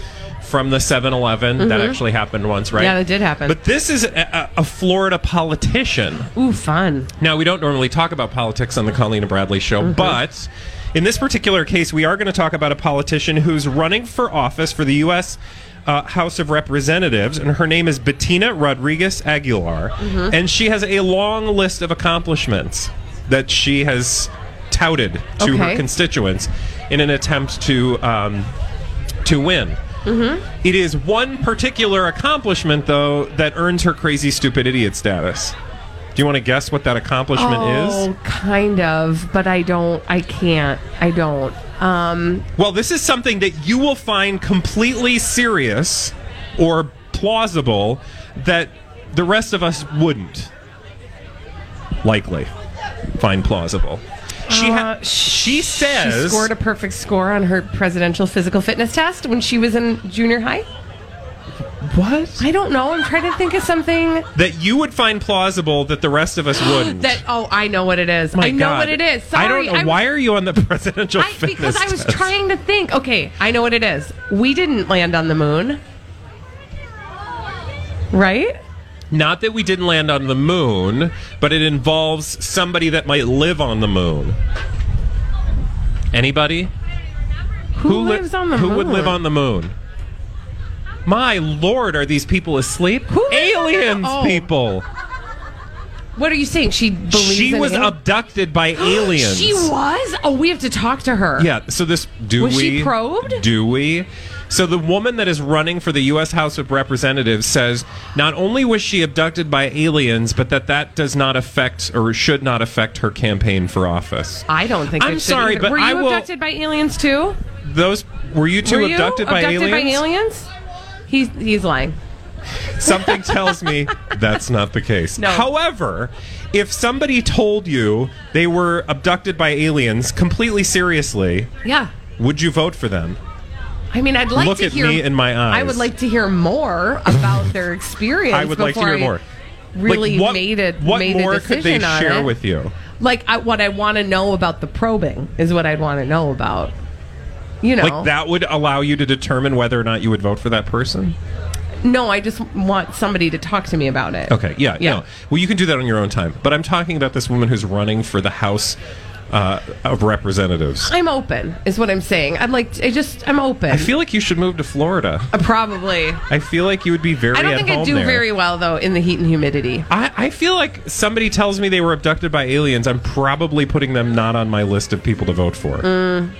[SPEAKER 2] from the 7 Eleven. That
[SPEAKER 1] Mhm.
[SPEAKER 2] actually happened once, right?
[SPEAKER 1] Yeah, that did happen.
[SPEAKER 2] But this is a, a a Florida politician.
[SPEAKER 1] Ooh, fun.
[SPEAKER 2] Now, we don't normally talk about politics on the Colleen and Bradley show, but in this particular case, we are going to talk about a politician who's running for office for the U.S. Uh, House of Representatives, and her name is Bettina Rodriguez Aguilar.
[SPEAKER 13] Mhm.
[SPEAKER 2] And she has a long list of accomplishments that she has touted to her
[SPEAKER 13] Okay.
[SPEAKER 2] constituents in an attempt to, um, to win.
[SPEAKER 13] Mm-hmm.
[SPEAKER 2] It is one particular accomplishment, though, that earns her crazy, stupid idiot status. Do you want to guess what that accomplishment
[SPEAKER 1] oh,
[SPEAKER 2] is?
[SPEAKER 1] kind of, but I don't. I can't. I don't. Um,
[SPEAKER 2] Well, this is something that you will find completely serious or plausible that the rest of us wouldn't likely find plausible. She ha-
[SPEAKER 1] Uh,
[SPEAKER 2] she
[SPEAKER 1] she
[SPEAKER 2] says
[SPEAKER 1] scored a perfect score on her presidential physical fitness test when she was in junior high.
[SPEAKER 2] What?
[SPEAKER 1] I don't know. I'm trying to think of something
[SPEAKER 2] that you would find plausible that the rest of us wouldn't.
[SPEAKER 1] that. Oh, I know what it is.
[SPEAKER 2] My
[SPEAKER 1] I know
[SPEAKER 2] God.
[SPEAKER 1] what it is. Sorry,
[SPEAKER 2] I don't know.
[SPEAKER 1] I'm-
[SPEAKER 2] Why are you on the presidential
[SPEAKER 1] I,
[SPEAKER 2] fitness
[SPEAKER 1] because I was
[SPEAKER 2] test?
[SPEAKER 1] trying to think. Okay, I know what it is. We didn't land on the moon, right?
[SPEAKER 2] Not that we didn't land on the moon, but it involves somebody that might live on the moon. Anybody? Who,
[SPEAKER 1] lives on the
[SPEAKER 2] Who would live
[SPEAKER 1] moon?
[SPEAKER 2] on the moon? My lord, are these people asleep? Who Aliens,
[SPEAKER 1] Oh.
[SPEAKER 2] people.
[SPEAKER 1] What are you saying? She believes
[SPEAKER 2] She
[SPEAKER 1] in
[SPEAKER 2] was
[SPEAKER 1] aliens?
[SPEAKER 2] abducted by aliens.
[SPEAKER 1] She was. Oh, we have to talk to her.
[SPEAKER 2] Yeah. So this do
[SPEAKER 1] Was
[SPEAKER 2] we
[SPEAKER 1] she probed?
[SPEAKER 2] Do we? So the woman that is running for the U.S. House of Representatives says not only was she abducted by aliens, but that that does not affect or should not affect her campaign for office.
[SPEAKER 1] I don't think.
[SPEAKER 2] I'm
[SPEAKER 1] it should
[SPEAKER 2] sorry,
[SPEAKER 1] either.
[SPEAKER 2] but
[SPEAKER 1] were you
[SPEAKER 2] I will-
[SPEAKER 1] abducted by aliens too?
[SPEAKER 2] Those were you two
[SPEAKER 1] were you
[SPEAKER 2] abducted, by, aliens?
[SPEAKER 1] by aliens? He's he's lying.
[SPEAKER 2] Something tells me that's not the case.
[SPEAKER 1] No.
[SPEAKER 2] However, if somebody told you they were abducted by aliens completely seriously,
[SPEAKER 1] Yeah.
[SPEAKER 2] would you vote for them?
[SPEAKER 1] I mean, I'd like
[SPEAKER 2] Look
[SPEAKER 1] to
[SPEAKER 2] at
[SPEAKER 1] hear.
[SPEAKER 2] me in my eyes.
[SPEAKER 1] I would like to hear more about their experience.
[SPEAKER 2] I would like to
[SPEAKER 1] before
[SPEAKER 2] hear
[SPEAKER 1] I
[SPEAKER 2] more.
[SPEAKER 1] Really
[SPEAKER 2] Like, what-
[SPEAKER 1] made it.
[SPEAKER 2] What
[SPEAKER 1] made
[SPEAKER 2] more
[SPEAKER 1] a decision
[SPEAKER 2] could they
[SPEAKER 1] on
[SPEAKER 2] share
[SPEAKER 1] it.
[SPEAKER 2] with you?
[SPEAKER 1] Like I, what I want to know about the probing is what I'd want to know about. You know,
[SPEAKER 2] Like that would allow you to determine whether or not you would vote for that person.
[SPEAKER 1] No, I just want somebody to talk to me about it.
[SPEAKER 2] Okay, yeah,
[SPEAKER 1] Yeah.
[SPEAKER 2] no. Well, you can do that on your own time. But I'm talking about this woman who's running for the House uh, of Representatives.
[SPEAKER 1] I'm open, is what I'm saying. I'd like. To, I just. I'm open.
[SPEAKER 2] I feel like you should move to Florida.
[SPEAKER 1] Uh, probably.
[SPEAKER 2] I feel like you would be very.
[SPEAKER 1] I don't
[SPEAKER 2] at
[SPEAKER 1] think I
[SPEAKER 2] home
[SPEAKER 1] do
[SPEAKER 2] there.
[SPEAKER 1] very well though in the heat and humidity.
[SPEAKER 2] I, I feel like somebody tells me they were abducted by aliens. I'm probably putting them not on my list of people to vote for.
[SPEAKER 1] Mm.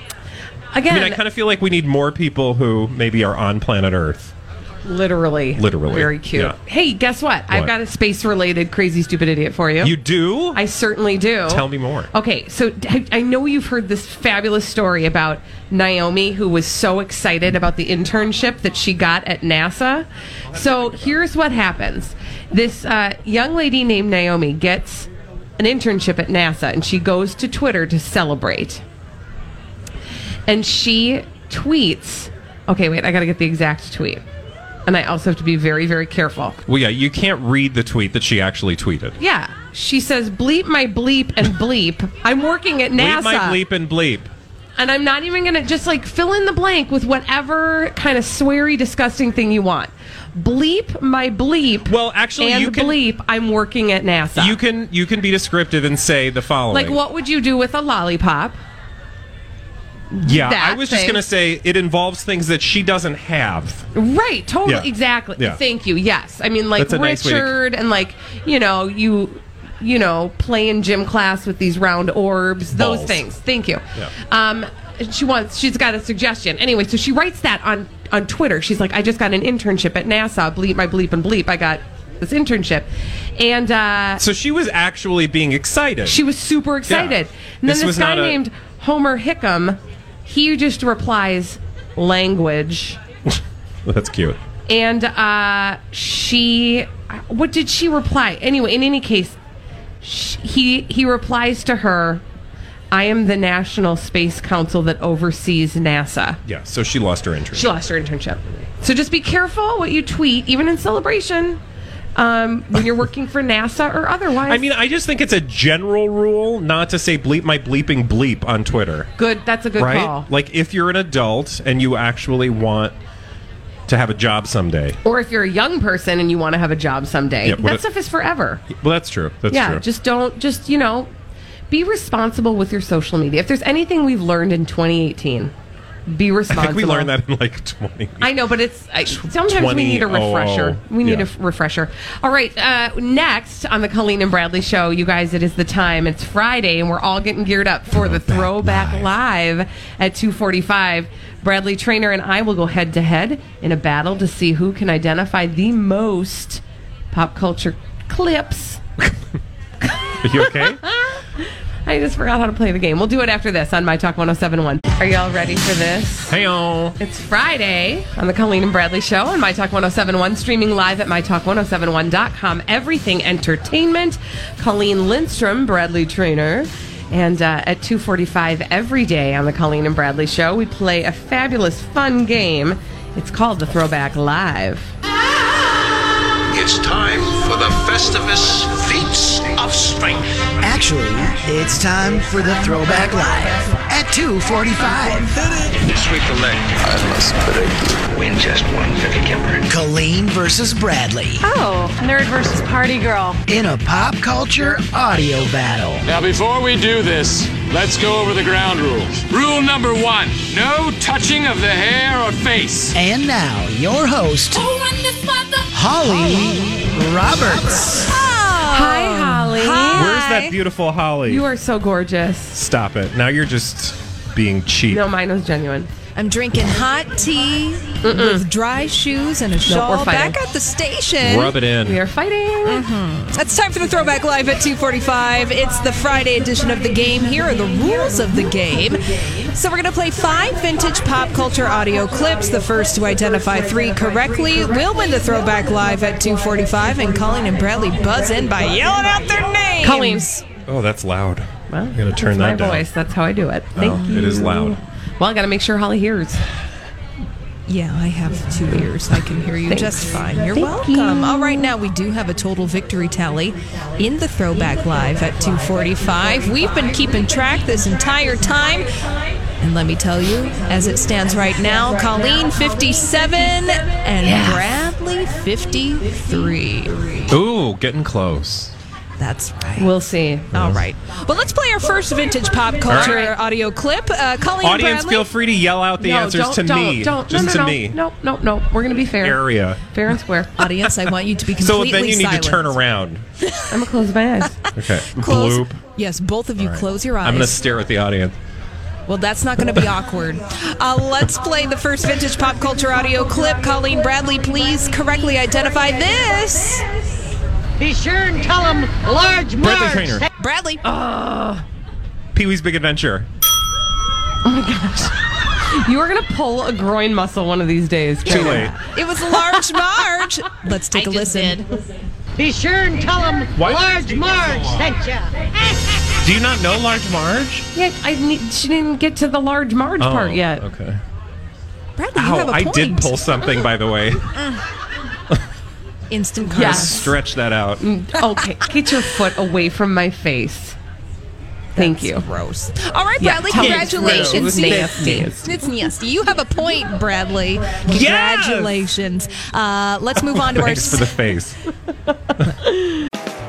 [SPEAKER 2] I
[SPEAKER 1] Again,
[SPEAKER 2] mean, I kind of feel like we need more people who maybe are on planet Earth.
[SPEAKER 1] literally,
[SPEAKER 2] Literally.
[SPEAKER 1] very cute.
[SPEAKER 2] Yeah.
[SPEAKER 1] Hey, guess what?
[SPEAKER 2] What?
[SPEAKER 1] I've got a space-related crazy stupid idiot for you.
[SPEAKER 2] You do?
[SPEAKER 1] I Oh. certainly do.
[SPEAKER 2] Tell me more.
[SPEAKER 1] Okay, so I I know you've heard this fabulous story about Naomi, who was so excited about the internship that she got at NASA. So here's what happens this uh, young lady named Naomi gets an internship at NASA, and she goes to Twitter to celebrate. And she tweets, okay, wait, I gotta get the exact tweet. And I also have to be very, very careful.
[SPEAKER 2] Well, yeah, you can't read the tweet that she actually tweeted.
[SPEAKER 1] Yeah. She says, bleep my bleep and bleep. I'm working at NASA.
[SPEAKER 2] Bleep my bleep and bleep.
[SPEAKER 1] And I'm not even going to just like fill in the blank with whatever kind of sweary, disgusting thing you want. Bleep my bleep.
[SPEAKER 2] Well, actually,
[SPEAKER 1] and
[SPEAKER 2] you can-
[SPEAKER 1] bleep, I'm working at NASA.
[SPEAKER 2] You can you can be descriptive and say the following.
[SPEAKER 1] like, what would you do with a lollipop?
[SPEAKER 2] Yeah,
[SPEAKER 1] that
[SPEAKER 2] I was just
[SPEAKER 1] thing.
[SPEAKER 2] gonna say it involves things that she doesn't have.
[SPEAKER 1] Right, totally,
[SPEAKER 2] Yeah.
[SPEAKER 1] exactly.
[SPEAKER 2] Yeah.
[SPEAKER 1] Thank you. Yes, I mean like
[SPEAKER 2] That's a nice way to-
[SPEAKER 1] Richard and like you know you you know play in gym class with these round orbs,
[SPEAKER 12] Balls.
[SPEAKER 1] those things. Thank you.
[SPEAKER 12] Yeah.
[SPEAKER 1] Um, she wants. She's got a suggestion anyway. So she writes that on on Twitter. She's like, I just got an internship at NASA. Bleep my bleep and bleep. I got this internship, and uh,
[SPEAKER 2] So she was actually being excited.
[SPEAKER 1] she was super excited.
[SPEAKER 2] Yeah.
[SPEAKER 1] And then
[SPEAKER 2] This
[SPEAKER 1] this,
[SPEAKER 2] was
[SPEAKER 1] guy
[SPEAKER 2] not a-
[SPEAKER 1] named Homer Hickam, he just replies, language.
[SPEAKER 2] That's cute.
[SPEAKER 1] and uh, she what did she reply anyway in any case sh he he replies to her i am the national space council that oversees nasa
[SPEAKER 2] Yeah. So she lost her interest.
[SPEAKER 1] she lost her internship so just be careful what you tweet even in celebration um, when you're working for nasa or otherwise
[SPEAKER 2] I mean, I just think it's a general rule not to say bleep my bleeping bleep on Twitter.
[SPEAKER 1] good that's a good
[SPEAKER 2] right?
[SPEAKER 1] call
[SPEAKER 2] Like if you're an adult and you actually want to have a job someday.
[SPEAKER 1] or if you're a young person and you want to have a job someday
[SPEAKER 2] Yeah, what
[SPEAKER 1] that
[SPEAKER 2] a-
[SPEAKER 1] stuff is forever
[SPEAKER 2] Well, that's true. That's
[SPEAKER 1] yeah,
[SPEAKER 2] true.
[SPEAKER 1] just don't, just, you know, be responsible with your social media. If there's anything we've learned in 2018, be responsible.
[SPEAKER 2] I think we learned that in like 20.
[SPEAKER 1] I know, but it's I, sometimes we
[SPEAKER 2] 20
[SPEAKER 1] need a refresher.
[SPEAKER 2] oh,
[SPEAKER 1] we need
[SPEAKER 2] yeah.
[SPEAKER 1] a f- refresher. All right, uh, next on the Colleen and Bradley show, you guys, it is the time. It's Friday, and we're all getting geared up for the Throwback Live, at two forty-five. Bradley Trainer and I will go head to head in a battle to see who can identify the most pop culture clips.
[SPEAKER 2] Are you okay?
[SPEAKER 1] I just forgot how to play the game. We'll do it after this on My Talk 1071. Are y'all ready for this?
[SPEAKER 2] Hey, on.
[SPEAKER 1] It's Friday on the Colleen and Bradley Show on My Talk 1071, streaming live at MyTalk1071.com. Everything Entertainment. Colleen Lindstrom, Bradley Trainer. And uh, at 2.45 every day on the Colleen and Bradley Show, we play a fabulous, fun game. It's called the Throwback Live.
[SPEAKER 13] It's time for the Festivus Feats of Strength.
[SPEAKER 12] Actually, it's time for the Throwback Live at 245.
[SPEAKER 10] Sweep the leg. I must predict. Win just one fifty Kemper.
[SPEAKER 12] Colleen versus Bradley
[SPEAKER 4] Oh, nerd versus party girl.
[SPEAKER 12] in a pop culture audio battle.
[SPEAKER 13] Now, before we do this, let's go over the ground rules. Rule number one no touching of the hair or face.
[SPEAKER 12] And now, your host, Holly Roberts.
[SPEAKER 1] Hi, Holly.
[SPEAKER 2] Where's that beautiful Holly?
[SPEAKER 1] You are so gorgeous.
[SPEAKER 2] Stop it. Now you're just being cheap.
[SPEAKER 1] No, mine was genuine.
[SPEAKER 14] I'm drinking hot tea with dry shoes and a shawl.
[SPEAKER 1] we're fighting.
[SPEAKER 14] Back at the station.
[SPEAKER 2] Rub it in. We
[SPEAKER 1] are fighting.
[SPEAKER 14] It's time for the Throwback Live at 245. It's the Friday edition of the game. Here are the rules of the game. So we're going to play five vintage pop culture audio clips. The first to identify three correctly will win the Throwback Live at 245. And Colleen and Bradley buzz in by yelling out their names. Colleen's.
[SPEAKER 2] Oh, that's loud. I'm going to turn
[SPEAKER 1] That's my
[SPEAKER 2] that down.
[SPEAKER 1] voice. That's how I do it. Thank
[SPEAKER 2] Oh,
[SPEAKER 1] you.
[SPEAKER 2] it is loud.
[SPEAKER 1] Well, I got to make sure Holly hears.
[SPEAKER 14] Yeah, I have two ears. I can hear you
[SPEAKER 1] Thanks.
[SPEAKER 14] just fine. You're
[SPEAKER 1] Thank
[SPEAKER 14] welcome. All right, now we do have a total victory tally in the Throwback Live at 245. We've been keeping track this entire time. And let me tell you, as it stands right now, Colleen 57 and
[SPEAKER 2] Yes.
[SPEAKER 14] Bradley 53.
[SPEAKER 2] Ooh, getting close.
[SPEAKER 14] That's right.
[SPEAKER 1] We'll see.
[SPEAKER 14] All right. But let's play our first vintage pop culture
[SPEAKER 2] All right.
[SPEAKER 14] audio clip. Uh, Colleen and
[SPEAKER 2] Audience,
[SPEAKER 14] Bradley.
[SPEAKER 2] feel free to yell out the
[SPEAKER 14] No,
[SPEAKER 2] answers
[SPEAKER 14] don't-
[SPEAKER 2] to
[SPEAKER 14] don't-
[SPEAKER 2] me.
[SPEAKER 14] don't. No,
[SPEAKER 2] Just
[SPEAKER 14] no,
[SPEAKER 2] to
[SPEAKER 14] no.
[SPEAKER 2] me.
[SPEAKER 1] No, no, no. We're going to be fair.
[SPEAKER 2] Area.
[SPEAKER 1] Fair and square.
[SPEAKER 14] Audience, I want you to be
[SPEAKER 2] So
[SPEAKER 14] completely
[SPEAKER 2] then you need
[SPEAKER 14] silent.
[SPEAKER 2] to turn around.
[SPEAKER 1] I'm going to close my eyes.
[SPEAKER 2] Okay.
[SPEAKER 14] Close-
[SPEAKER 2] Bloop.
[SPEAKER 14] Yes, both of you close your eyes.
[SPEAKER 2] I'm going to stare at the audience.
[SPEAKER 14] Well, that's not going to be awkward. Uh, let's play the first vintage pop culture audio clip. Colleen Bradley, please correctly identify this. Be sure and tell them large
[SPEAKER 2] Bradley marks. Traynor.
[SPEAKER 14] Bradley.
[SPEAKER 2] Pee Wee's Big Adventure.
[SPEAKER 1] Oh my gosh. You are going to pull a groin muscle one of these days.
[SPEAKER 2] Too
[SPEAKER 1] Karen.
[SPEAKER 2] late.
[SPEAKER 14] It was large Marge. Let's take a listen. Be sure and tell them
[SPEAKER 2] Why- Large
[SPEAKER 14] Marge
[SPEAKER 2] sent
[SPEAKER 14] you.
[SPEAKER 2] Do you not know Large Marge?
[SPEAKER 1] Yeah, I need, she didn't get to the large Marge
[SPEAKER 2] Oh,
[SPEAKER 1] part yet.
[SPEAKER 2] Okay.
[SPEAKER 14] Bradley,
[SPEAKER 2] Ow, I did pull something, by the way.
[SPEAKER 14] Instant
[SPEAKER 2] Yes.
[SPEAKER 1] Yes.
[SPEAKER 2] Stretch that out.
[SPEAKER 1] okay, get your foot away from my face. Thank you.
[SPEAKER 14] Gross. All right,
[SPEAKER 1] Yeah,
[SPEAKER 14] Bradley,
[SPEAKER 1] tell me it's
[SPEAKER 14] congratulations.
[SPEAKER 1] gross.
[SPEAKER 14] You-
[SPEAKER 1] Nasty.
[SPEAKER 14] It's nasty. You have a point, Bradley. Congratulations. Uh, let's move on to our.
[SPEAKER 2] Thanks for the face.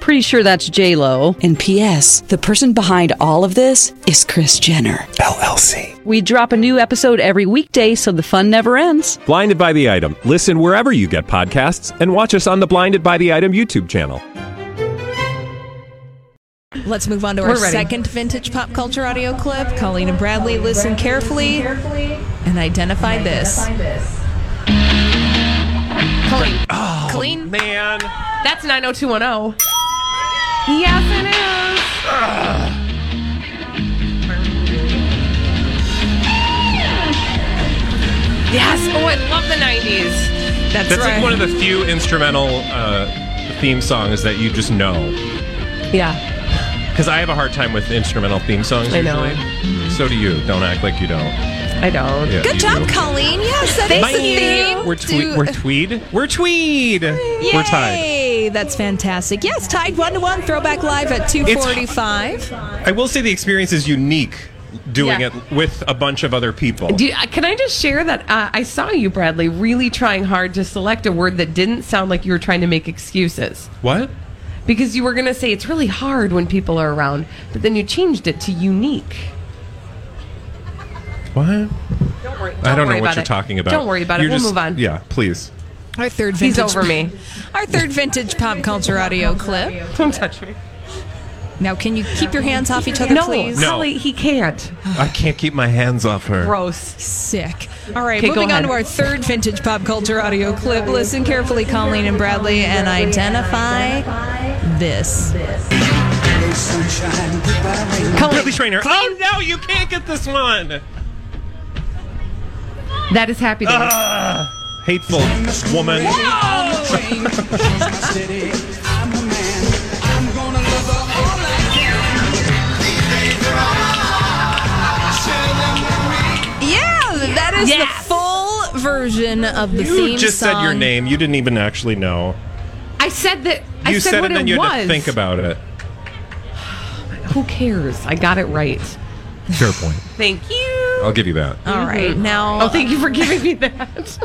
[SPEAKER 15] Pretty sure that's J Lo. And P.S. The person behind all of this is Chris Jenner
[SPEAKER 2] LLC.
[SPEAKER 15] We drop a new episode every weekday, so the fun never ends.
[SPEAKER 16] Blinded by the Item. Listen wherever you get podcasts and watch us on the Blinded by the Item YouTube channel.
[SPEAKER 14] Let's move on to our
[SPEAKER 1] We're ready.
[SPEAKER 14] second vintage pop culture audio clip. Colleen and Bradley, listen carefully and identify this.
[SPEAKER 1] Colleen.
[SPEAKER 2] Oh,
[SPEAKER 14] Colleen.
[SPEAKER 2] man.
[SPEAKER 1] That's 90210. Yes, it is. Yes. Oh, I love the 90s.
[SPEAKER 2] That's, like one of the few instrumental uh, theme songs that you just know.
[SPEAKER 1] Yeah.
[SPEAKER 2] Because I have a hard time with instrumental theme songs
[SPEAKER 1] I know.
[SPEAKER 2] usually. So do you. Don't act like you don't.
[SPEAKER 1] I don't.
[SPEAKER 2] Yeah,
[SPEAKER 14] Good
[SPEAKER 2] you
[SPEAKER 14] job,
[SPEAKER 2] do.
[SPEAKER 14] Colleen. Yes, that is
[SPEAKER 2] Bye.
[SPEAKER 14] the theme.
[SPEAKER 2] We're,
[SPEAKER 14] to-
[SPEAKER 2] twe- we're tweed. We're tweed. We're tied.
[SPEAKER 14] Yay! That's fantastic. Yes, tied one to one. Throwback live at two forty-five.
[SPEAKER 2] I will say the experience is unique doing
[SPEAKER 1] Yeah.
[SPEAKER 2] it with a bunch of other people.
[SPEAKER 1] Do you- can I just share that uh, I saw you, Bradley, really trying hard to select a word that didn't sound like you were trying to make excuses?
[SPEAKER 2] what?
[SPEAKER 1] Because you were going to say it's really hard when people are around, but then you changed it to unique.
[SPEAKER 2] What?
[SPEAKER 1] worry.
[SPEAKER 2] Don't I don't know
[SPEAKER 1] worry
[SPEAKER 2] what
[SPEAKER 1] about
[SPEAKER 2] you're
[SPEAKER 1] it.
[SPEAKER 2] talking about.
[SPEAKER 1] Don't worry about it.
[SPEAKER 2] You're
[SPEAKER 1] We'll
[SPEAKER 2] just-
[SPEAKER 1] move on.
[SPEAKER 2] Yeah, please.
[SPEAKER 14] Our third
[SPEAKER 1] He's
[SPEAKER 14] vintage.
[SPEAKER 1] over me.
[SPEAKER 14] Our third vintage pop culture audio clip.
[SPEAKER 1] Don't touch me.
[SPEAKER 14] Now, can you keep your hands off each other,
[SPEAKER 1] No,
[SPEAKER 14] please?
[SPEAKER 2] No. Holly,
[SPEAKER 1] he can't.
[SPEAKER 2] I can't keep my hands off her.
[SPEAKER 1] Gross.
[SPEAKER 14] Sick. All right,
[SPEAKER 1] Okay, go
[SPEAKER 14] moving on
[SPEAKER 1] ahead.
[SPEAKER 14] to our third vintage pop culture audio clip. Listen carefully, Colleen and Bradley, and identify this.
[SPEAKER 2] Billy Trainer. Oh no, you can't get this one.
[SPEAKER 1] That is happy days.
[SPEAKER 2] Ah, hateful woman.
[SPEAKER 14] Yeah, that is
[SPEAKER 1] Yes.
[SPEAKER 14] the full version of the
[SPEAKER 2] you
[SPEAKER 14] theme
[SPEAKER 2] just
[SPEAKER 14] song.
[SPEAKER 2] said your name. You didn't even actually know.
[SPEAKER 1] I said that. I
[SPEAKER 2] you
[SPEAKER 1] said,
[SPEAKER 2] said
[SPEAKER 1] what
[SPEAKER 2] it, and
[SPEAKER 1] it
[SPEAKER 2] you
[SPEAKER 1] was.
[SPEAKER 2] had to think about it.
[SPEAKER 1] Who cares? I got it right.
[SPEAKER 2] Fair point.
[SPEAKER 1] Thank you.
[SPEAKER 2] I'll give you that.
[SPEAKER 14] All right, now.
[SPEAKER 1] Oh, thank you for giving me that.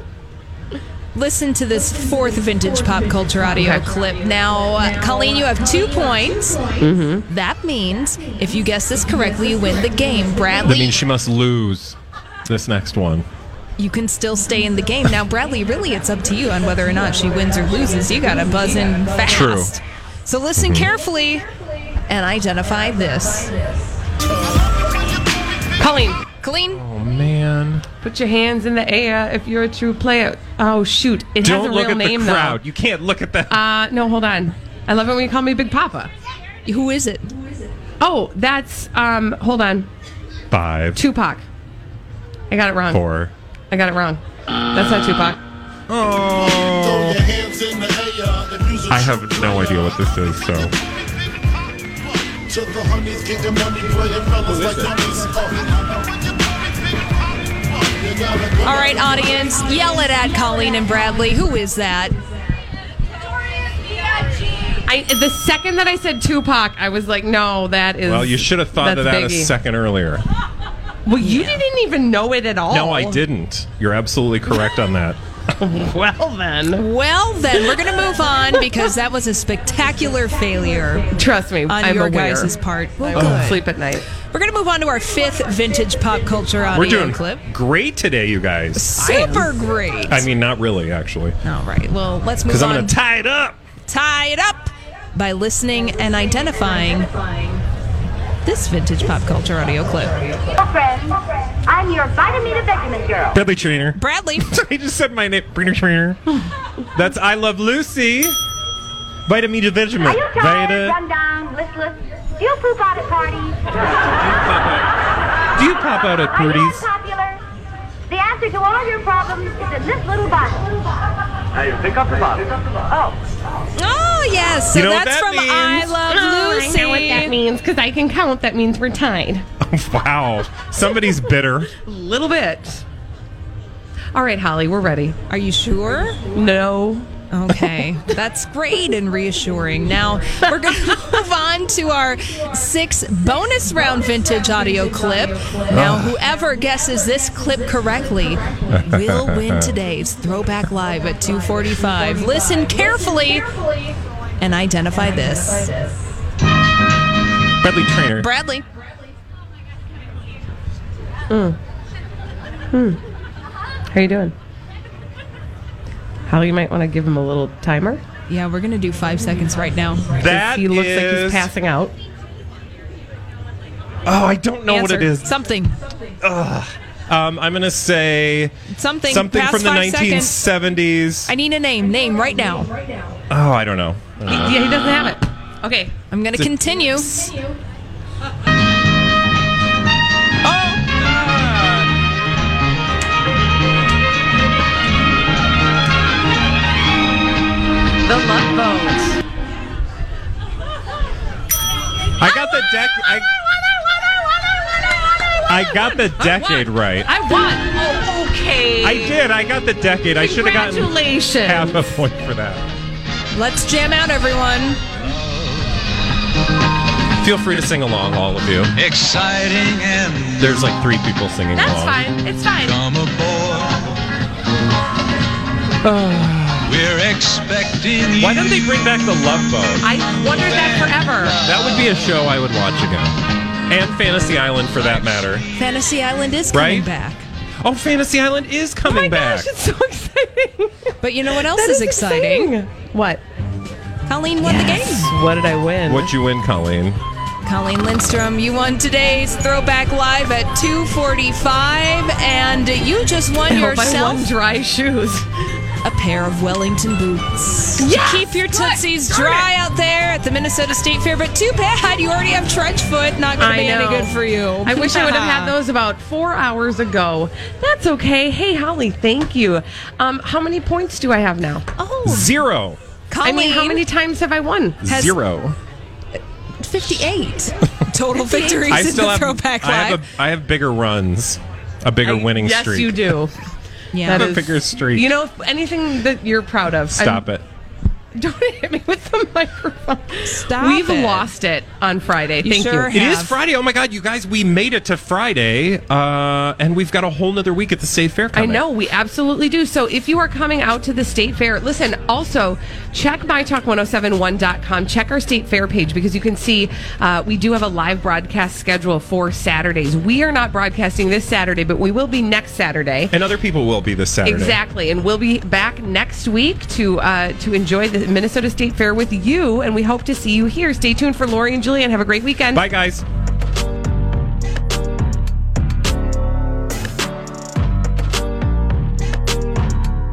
[SPEAKER 14] Listen to this fourth vintage pop culture audio clip. Now, uh, Colleen, you have two points.
[SPEAKER 2] Mm-hmm.
[SPEAKER 14] That means if you guess this correctly, you win the game.
[SPEAKER 2] That
[SPEAKER 14] Bradley,
[SPEAKER 2] means she must lose this next one.
[SPEAKER 14] you can still stay in the game. Now, Bradley, really, it's up to you on whether or not she wins or loses. You got to buzz in fast.
[SPEAKER 2] True.
[SPEAKER 14] So listen carefully and identify this.
[SPEAKER 1] Colleen,
[SPEAKER 14] Colleen,
[SPEAKER 2] Oh man!
[SPEAKER 1] put your hands in the air if you're a true player. Oh shoot, it
[SPEAKER 2] Don't
[SPEAKER 1] has a
[SPEAKER 2] look
[SPEAKER 1] real
[SPEAKER 2] at
[SPEAKER 1] name
[SPEAKER 2] the crowd.
[SPEAKER 1] though.
[SPEAKER 2] You can't look at that.
[SPEAKER 1] Uh, no, hold on. I love it when you call me Big Papa.
[SPEAKER 14] Who is it?
[SPEAKER 1] Oh, that's um. Hold on,
[SPEAKER 2] Five,
[SPEAKER 1] Tupac. I got it wrong.
[SPEAKER 2] four.
[SPEAKER 1] I got it wrong. That's not Tupac.
[SPEAKER 2] Oh. I have no idea what this is. So
[SPEAKER 14] All right, audience, yell it at Colleen and Bradley. Who is that?
[SPEAKER 1] I the second that I said Tupac, I was like, no, that is.
[SPEAKER 2] well, you should have thought of
[SPEAKER 1] that's
[SPEAKER 2] that a
[SPEAKER 1] Biggie.
[SPEAKER 2] second earlier.
[SPEAKER 1] Well, you didn't even know it at all.
[SPEAKER 2] No,
[SPEAKER 14] Oh.
[SPEAKER 2] I didn't. You're absolutely correct on that.
[SPEAKER 1] well then,
[SPEAKER 14] Well, then we're going to move on because that was a spectacular failure
[SPEAKER 1] trust me,
[SPEAKER 14] on
[SPEAKER 1] I'm
[SPEAKER 14] your
[SPEAKER 1] aware.
[SPEAKER 14] guys' part.
[SPEAKER 1] I
[SPEAKER 14] Well,
[SPEAKER 1] won't
[SPEAKER 14] good.
[SPEAKER 1] sleep at night.
[SPEAKER 14] We're going to move on to our fifth vintage pop culture audio
[SPEAKER 2] We're doing
[SPEAKER 14] clip.
[SPEAKER 2] great today, you guys.
[SPEAKER 14] Super great.
[SPEAKER 2] I mean, not really, actually.
[SPEAKER 14] All right. Well, let's move
[SPEAKER 2] Because I'm
[SPEAKER 14] on.
[SPEAKER 2] going to tie it up.
[SPEAKER 14] tie it up by listening and identifying this vintage pop culture audio clip.
[SPEAKER 17] Girlfriend, I'm your vitamin vitamin girl.
[SPEAKER 2] Bradley Trainer.
[SPEAKER 14] Bradley,
[SPEAKER 2] he just said my name. Brainer Trainer. That's I Love Lucy. Vitamin to Benjamin.
[SPEAKER 17] Are you tired,
[SPEAKER 2] Vita.
[SPEAKER 17] dum dum, listless? Do you poop out at parties?
[SPEAKER 2] Do you pop out at
[SPEAKER 17] Are you
[SPEAKER 2] parties?
[SPEAKER 17] unpopular? The answer to all your problems is in this little bottle.
[SPEAKER 18] Hey, pick up the bottle.
[SPEAKER 17] Oh.
[SPEAKER 14] Oh yes, so
[SPEAKER 2] You know what
[SPEAKER 14] that's
[SPEAKER 2] that
[SPEAKER 14] from
[SPEAKER 2] means.
[SPEAKER 14] I Love Lucy.
[SPEAKER 1] Oh, I know what that means because I can count. That means we're tied.
[SPEAKER 2] wow. Somebody's bitter.
[SPEAKER 1] A little bit. All right, Holly, we're ready.
[SPEAKER 14] Are you sure?
[SPEAKER 1] No.
[SPEAKER 14] Okay, that's great and reassuring. Now we're going to move on to our six bonus round vintage audio clip. Now, whoever guesses this clip correctly will win today's Throwback Live at 2:45. Listen carefully and identify this.
[SPEAKER 2] Bradley Trainer.
[SPEAKER 14] Bradley,
[SPEAKER 1] How you doing? Holly, you might want to give him a little timer.
[SPEAKER 14] yeah, we're going to do five seconds right now.
[SPEAKER 2] that
[SPEAKER 1] he looks like he's
[SPEAKER 2] is-
[SPEAKER 1] passing out.
[SPEAKER 2] Oh, I don't know
[SPEAKER 14] Answer.
[SPEAKER 2] what it is.
[SPEAKER 14] Something.
[SPEAKER 2] Um, I'm going to say
[SPEAKER 14] Something.
[SPEAKER 2] something
[SPEAKER 14] past
[SPEAKER 2] from the
[SPEAKER 14] five seconds.
[SPEAKER 2] 1970s.
[SPEAKER 14] I need a name. Name right now.
[SPEAKER 2] Oh, I don't know. I don't know.
[SPEAKER 1] Yeah, he doesn't have it. Okay.
[SPEAKER 14] I'm going to
[SPEAKER 2] It's a-
[SPEAKER 14] continue.
[SPEAKER 1] The love boat.
[SPEAKER 2] I got the deck. I, I got the decade right.
[SPEAKER 1] I won. Oh, okay.
[SPEAKER 2] I did. I got the decade. I should have gotten
[SPEAKER 1] Congratulations.
[SPEAKER 2] half a point for that.
[SPEAKER 14] Let's jam out, everyone.
[SPEAKER 2] Feel free to sing along, all of you.
[SPEAKER 12] Exciting and
[SPEAKER 2] There's like three people singing
[SPEAKER 1] That's
[SPEAKER 2] along.
[SPEAKER 1] fine. It's fine.
[SPEAKER 12] come aboard.
[SPEAKER 2] Ah.
[SPEAKER 12] We're expecting you.
[SPEAKER 2] Why don't they bring back the Love Boat?
[SPEAKER 1] I wondered that forever.
[SPEAKER 2] That would be a show I would watch again. And Fantasy Island, for that matter.
[SPEAKER 14] Fantasy Island is coming
[SPEAKER 2] Right?
[SPEAKER 14] back.
[SPEAKER 2] Oh, Fantasy Island is coming
[SPEAKER 1] my
[SPEAKER 2] back.
[SPEAKER 1] gosh, it's so exciting.
[SPEAKER 14] But you know what else
[SPEAKER 1] That
[SPEAKER 14] is exciting?
[SPEAKER 1] What?
[SPEAKER 14] Colleen won the game.
[SPEAKER 1] What did I win?
[SPEAKER 2] What'd you win, Colleen?
[SPEAKER 14] Colleen Lindstrom, you won today's Throwback Live at 2:45, and you just won
[SPEAKER 1] I hope I
[SPEAKER 14] yourself
[SPEAKER 1] won dry shoes,
[SPEAKER 14] a pair of Wellington boots.
[SPEAKER 1] Yes!
[SPEAKER 14] Keep your tootsies
[SPEAKER 1] Darn
[SPEAKER 14] dry
[SPEAKER 1] it!
[SPEAKER 14] out there at the Minnesota State Fair, but too bad you already have trench foot. Not going to
[SPEAKER 1] I
[SPEAKER 14] be any
[SPEAKER 1] know.
[SPEAKER 14] good for you.
[SPEAKER 1] I wish I would have had those about four hours ago. That's okay. Hey, Holly, thank you. Um, how many points do I have now?
[SPEAKER 2] Zero.
[SPEAKER 1] I mean, how
[SPEAKER 14] Oh, Colleen
[SPEAKER 1] many times have I won?
[SPEAKER 2] Zero.
[SPEAKER 14] 58 total victories
[SPEAKER 2] I
[SPEAKER 14] in
[SPEAKER 2] still
[SPEAKER 14] the
[SPEAKER 2] have,
[SPEAKER 14] Throwback
[SPEAKER 2] I,
[SPEAKER 14] Live.
[SPEAKER 2] have a, I have bigger runs, a bigger winning
[SPEAKER 1] yes,
[SPEAKER 2] streak.
[SPEAKER 1] you do.
[SPEAKER 2] I have a bigger streak.
[SPEAKER 1] You know, anything that you're proud of.
[SPEAKER 2] Stop
[SPEAKER 1] I'm-
[SPEAKER 2] it.
[SPEAKER 14] Stop
[SPEAKER 1] We've
[SPEAKER 14] it.
[SPEAKER 1] lost it on Friday.
[SPEAKER 14] You
[SPEAKER 1] Thank
[SPEAKER 14] sure
[SPEAKER 1] you.
[SPEAKER 2] It is Friday. Oh my God, you guys, we made it to Friday, uh, and we've got a whole nother week at the State Fair
[SPEAKER 1] I
[SPEAKER 2] coming.
[SPEAKER 1] know, we absolutely do. So if you are coming out to the state fair, listen, also check mytalk1071.com. Check our state fair page because you can see uh, we do have a live broadcast schedule for Saturdays. We are not broadcasting this Saturday, but we will be next Saturday.
[SPEAKER 2] And other people will be this Saturday.
[SPEAKER 1] Exactly, and we'll be back next week to uh, to enjoy the Minnesota State Fair with you, and we hope to see you here. Stay tuned for Lori and Julie, and have a great weekend.
[SPEAKER 2] Bye, guys.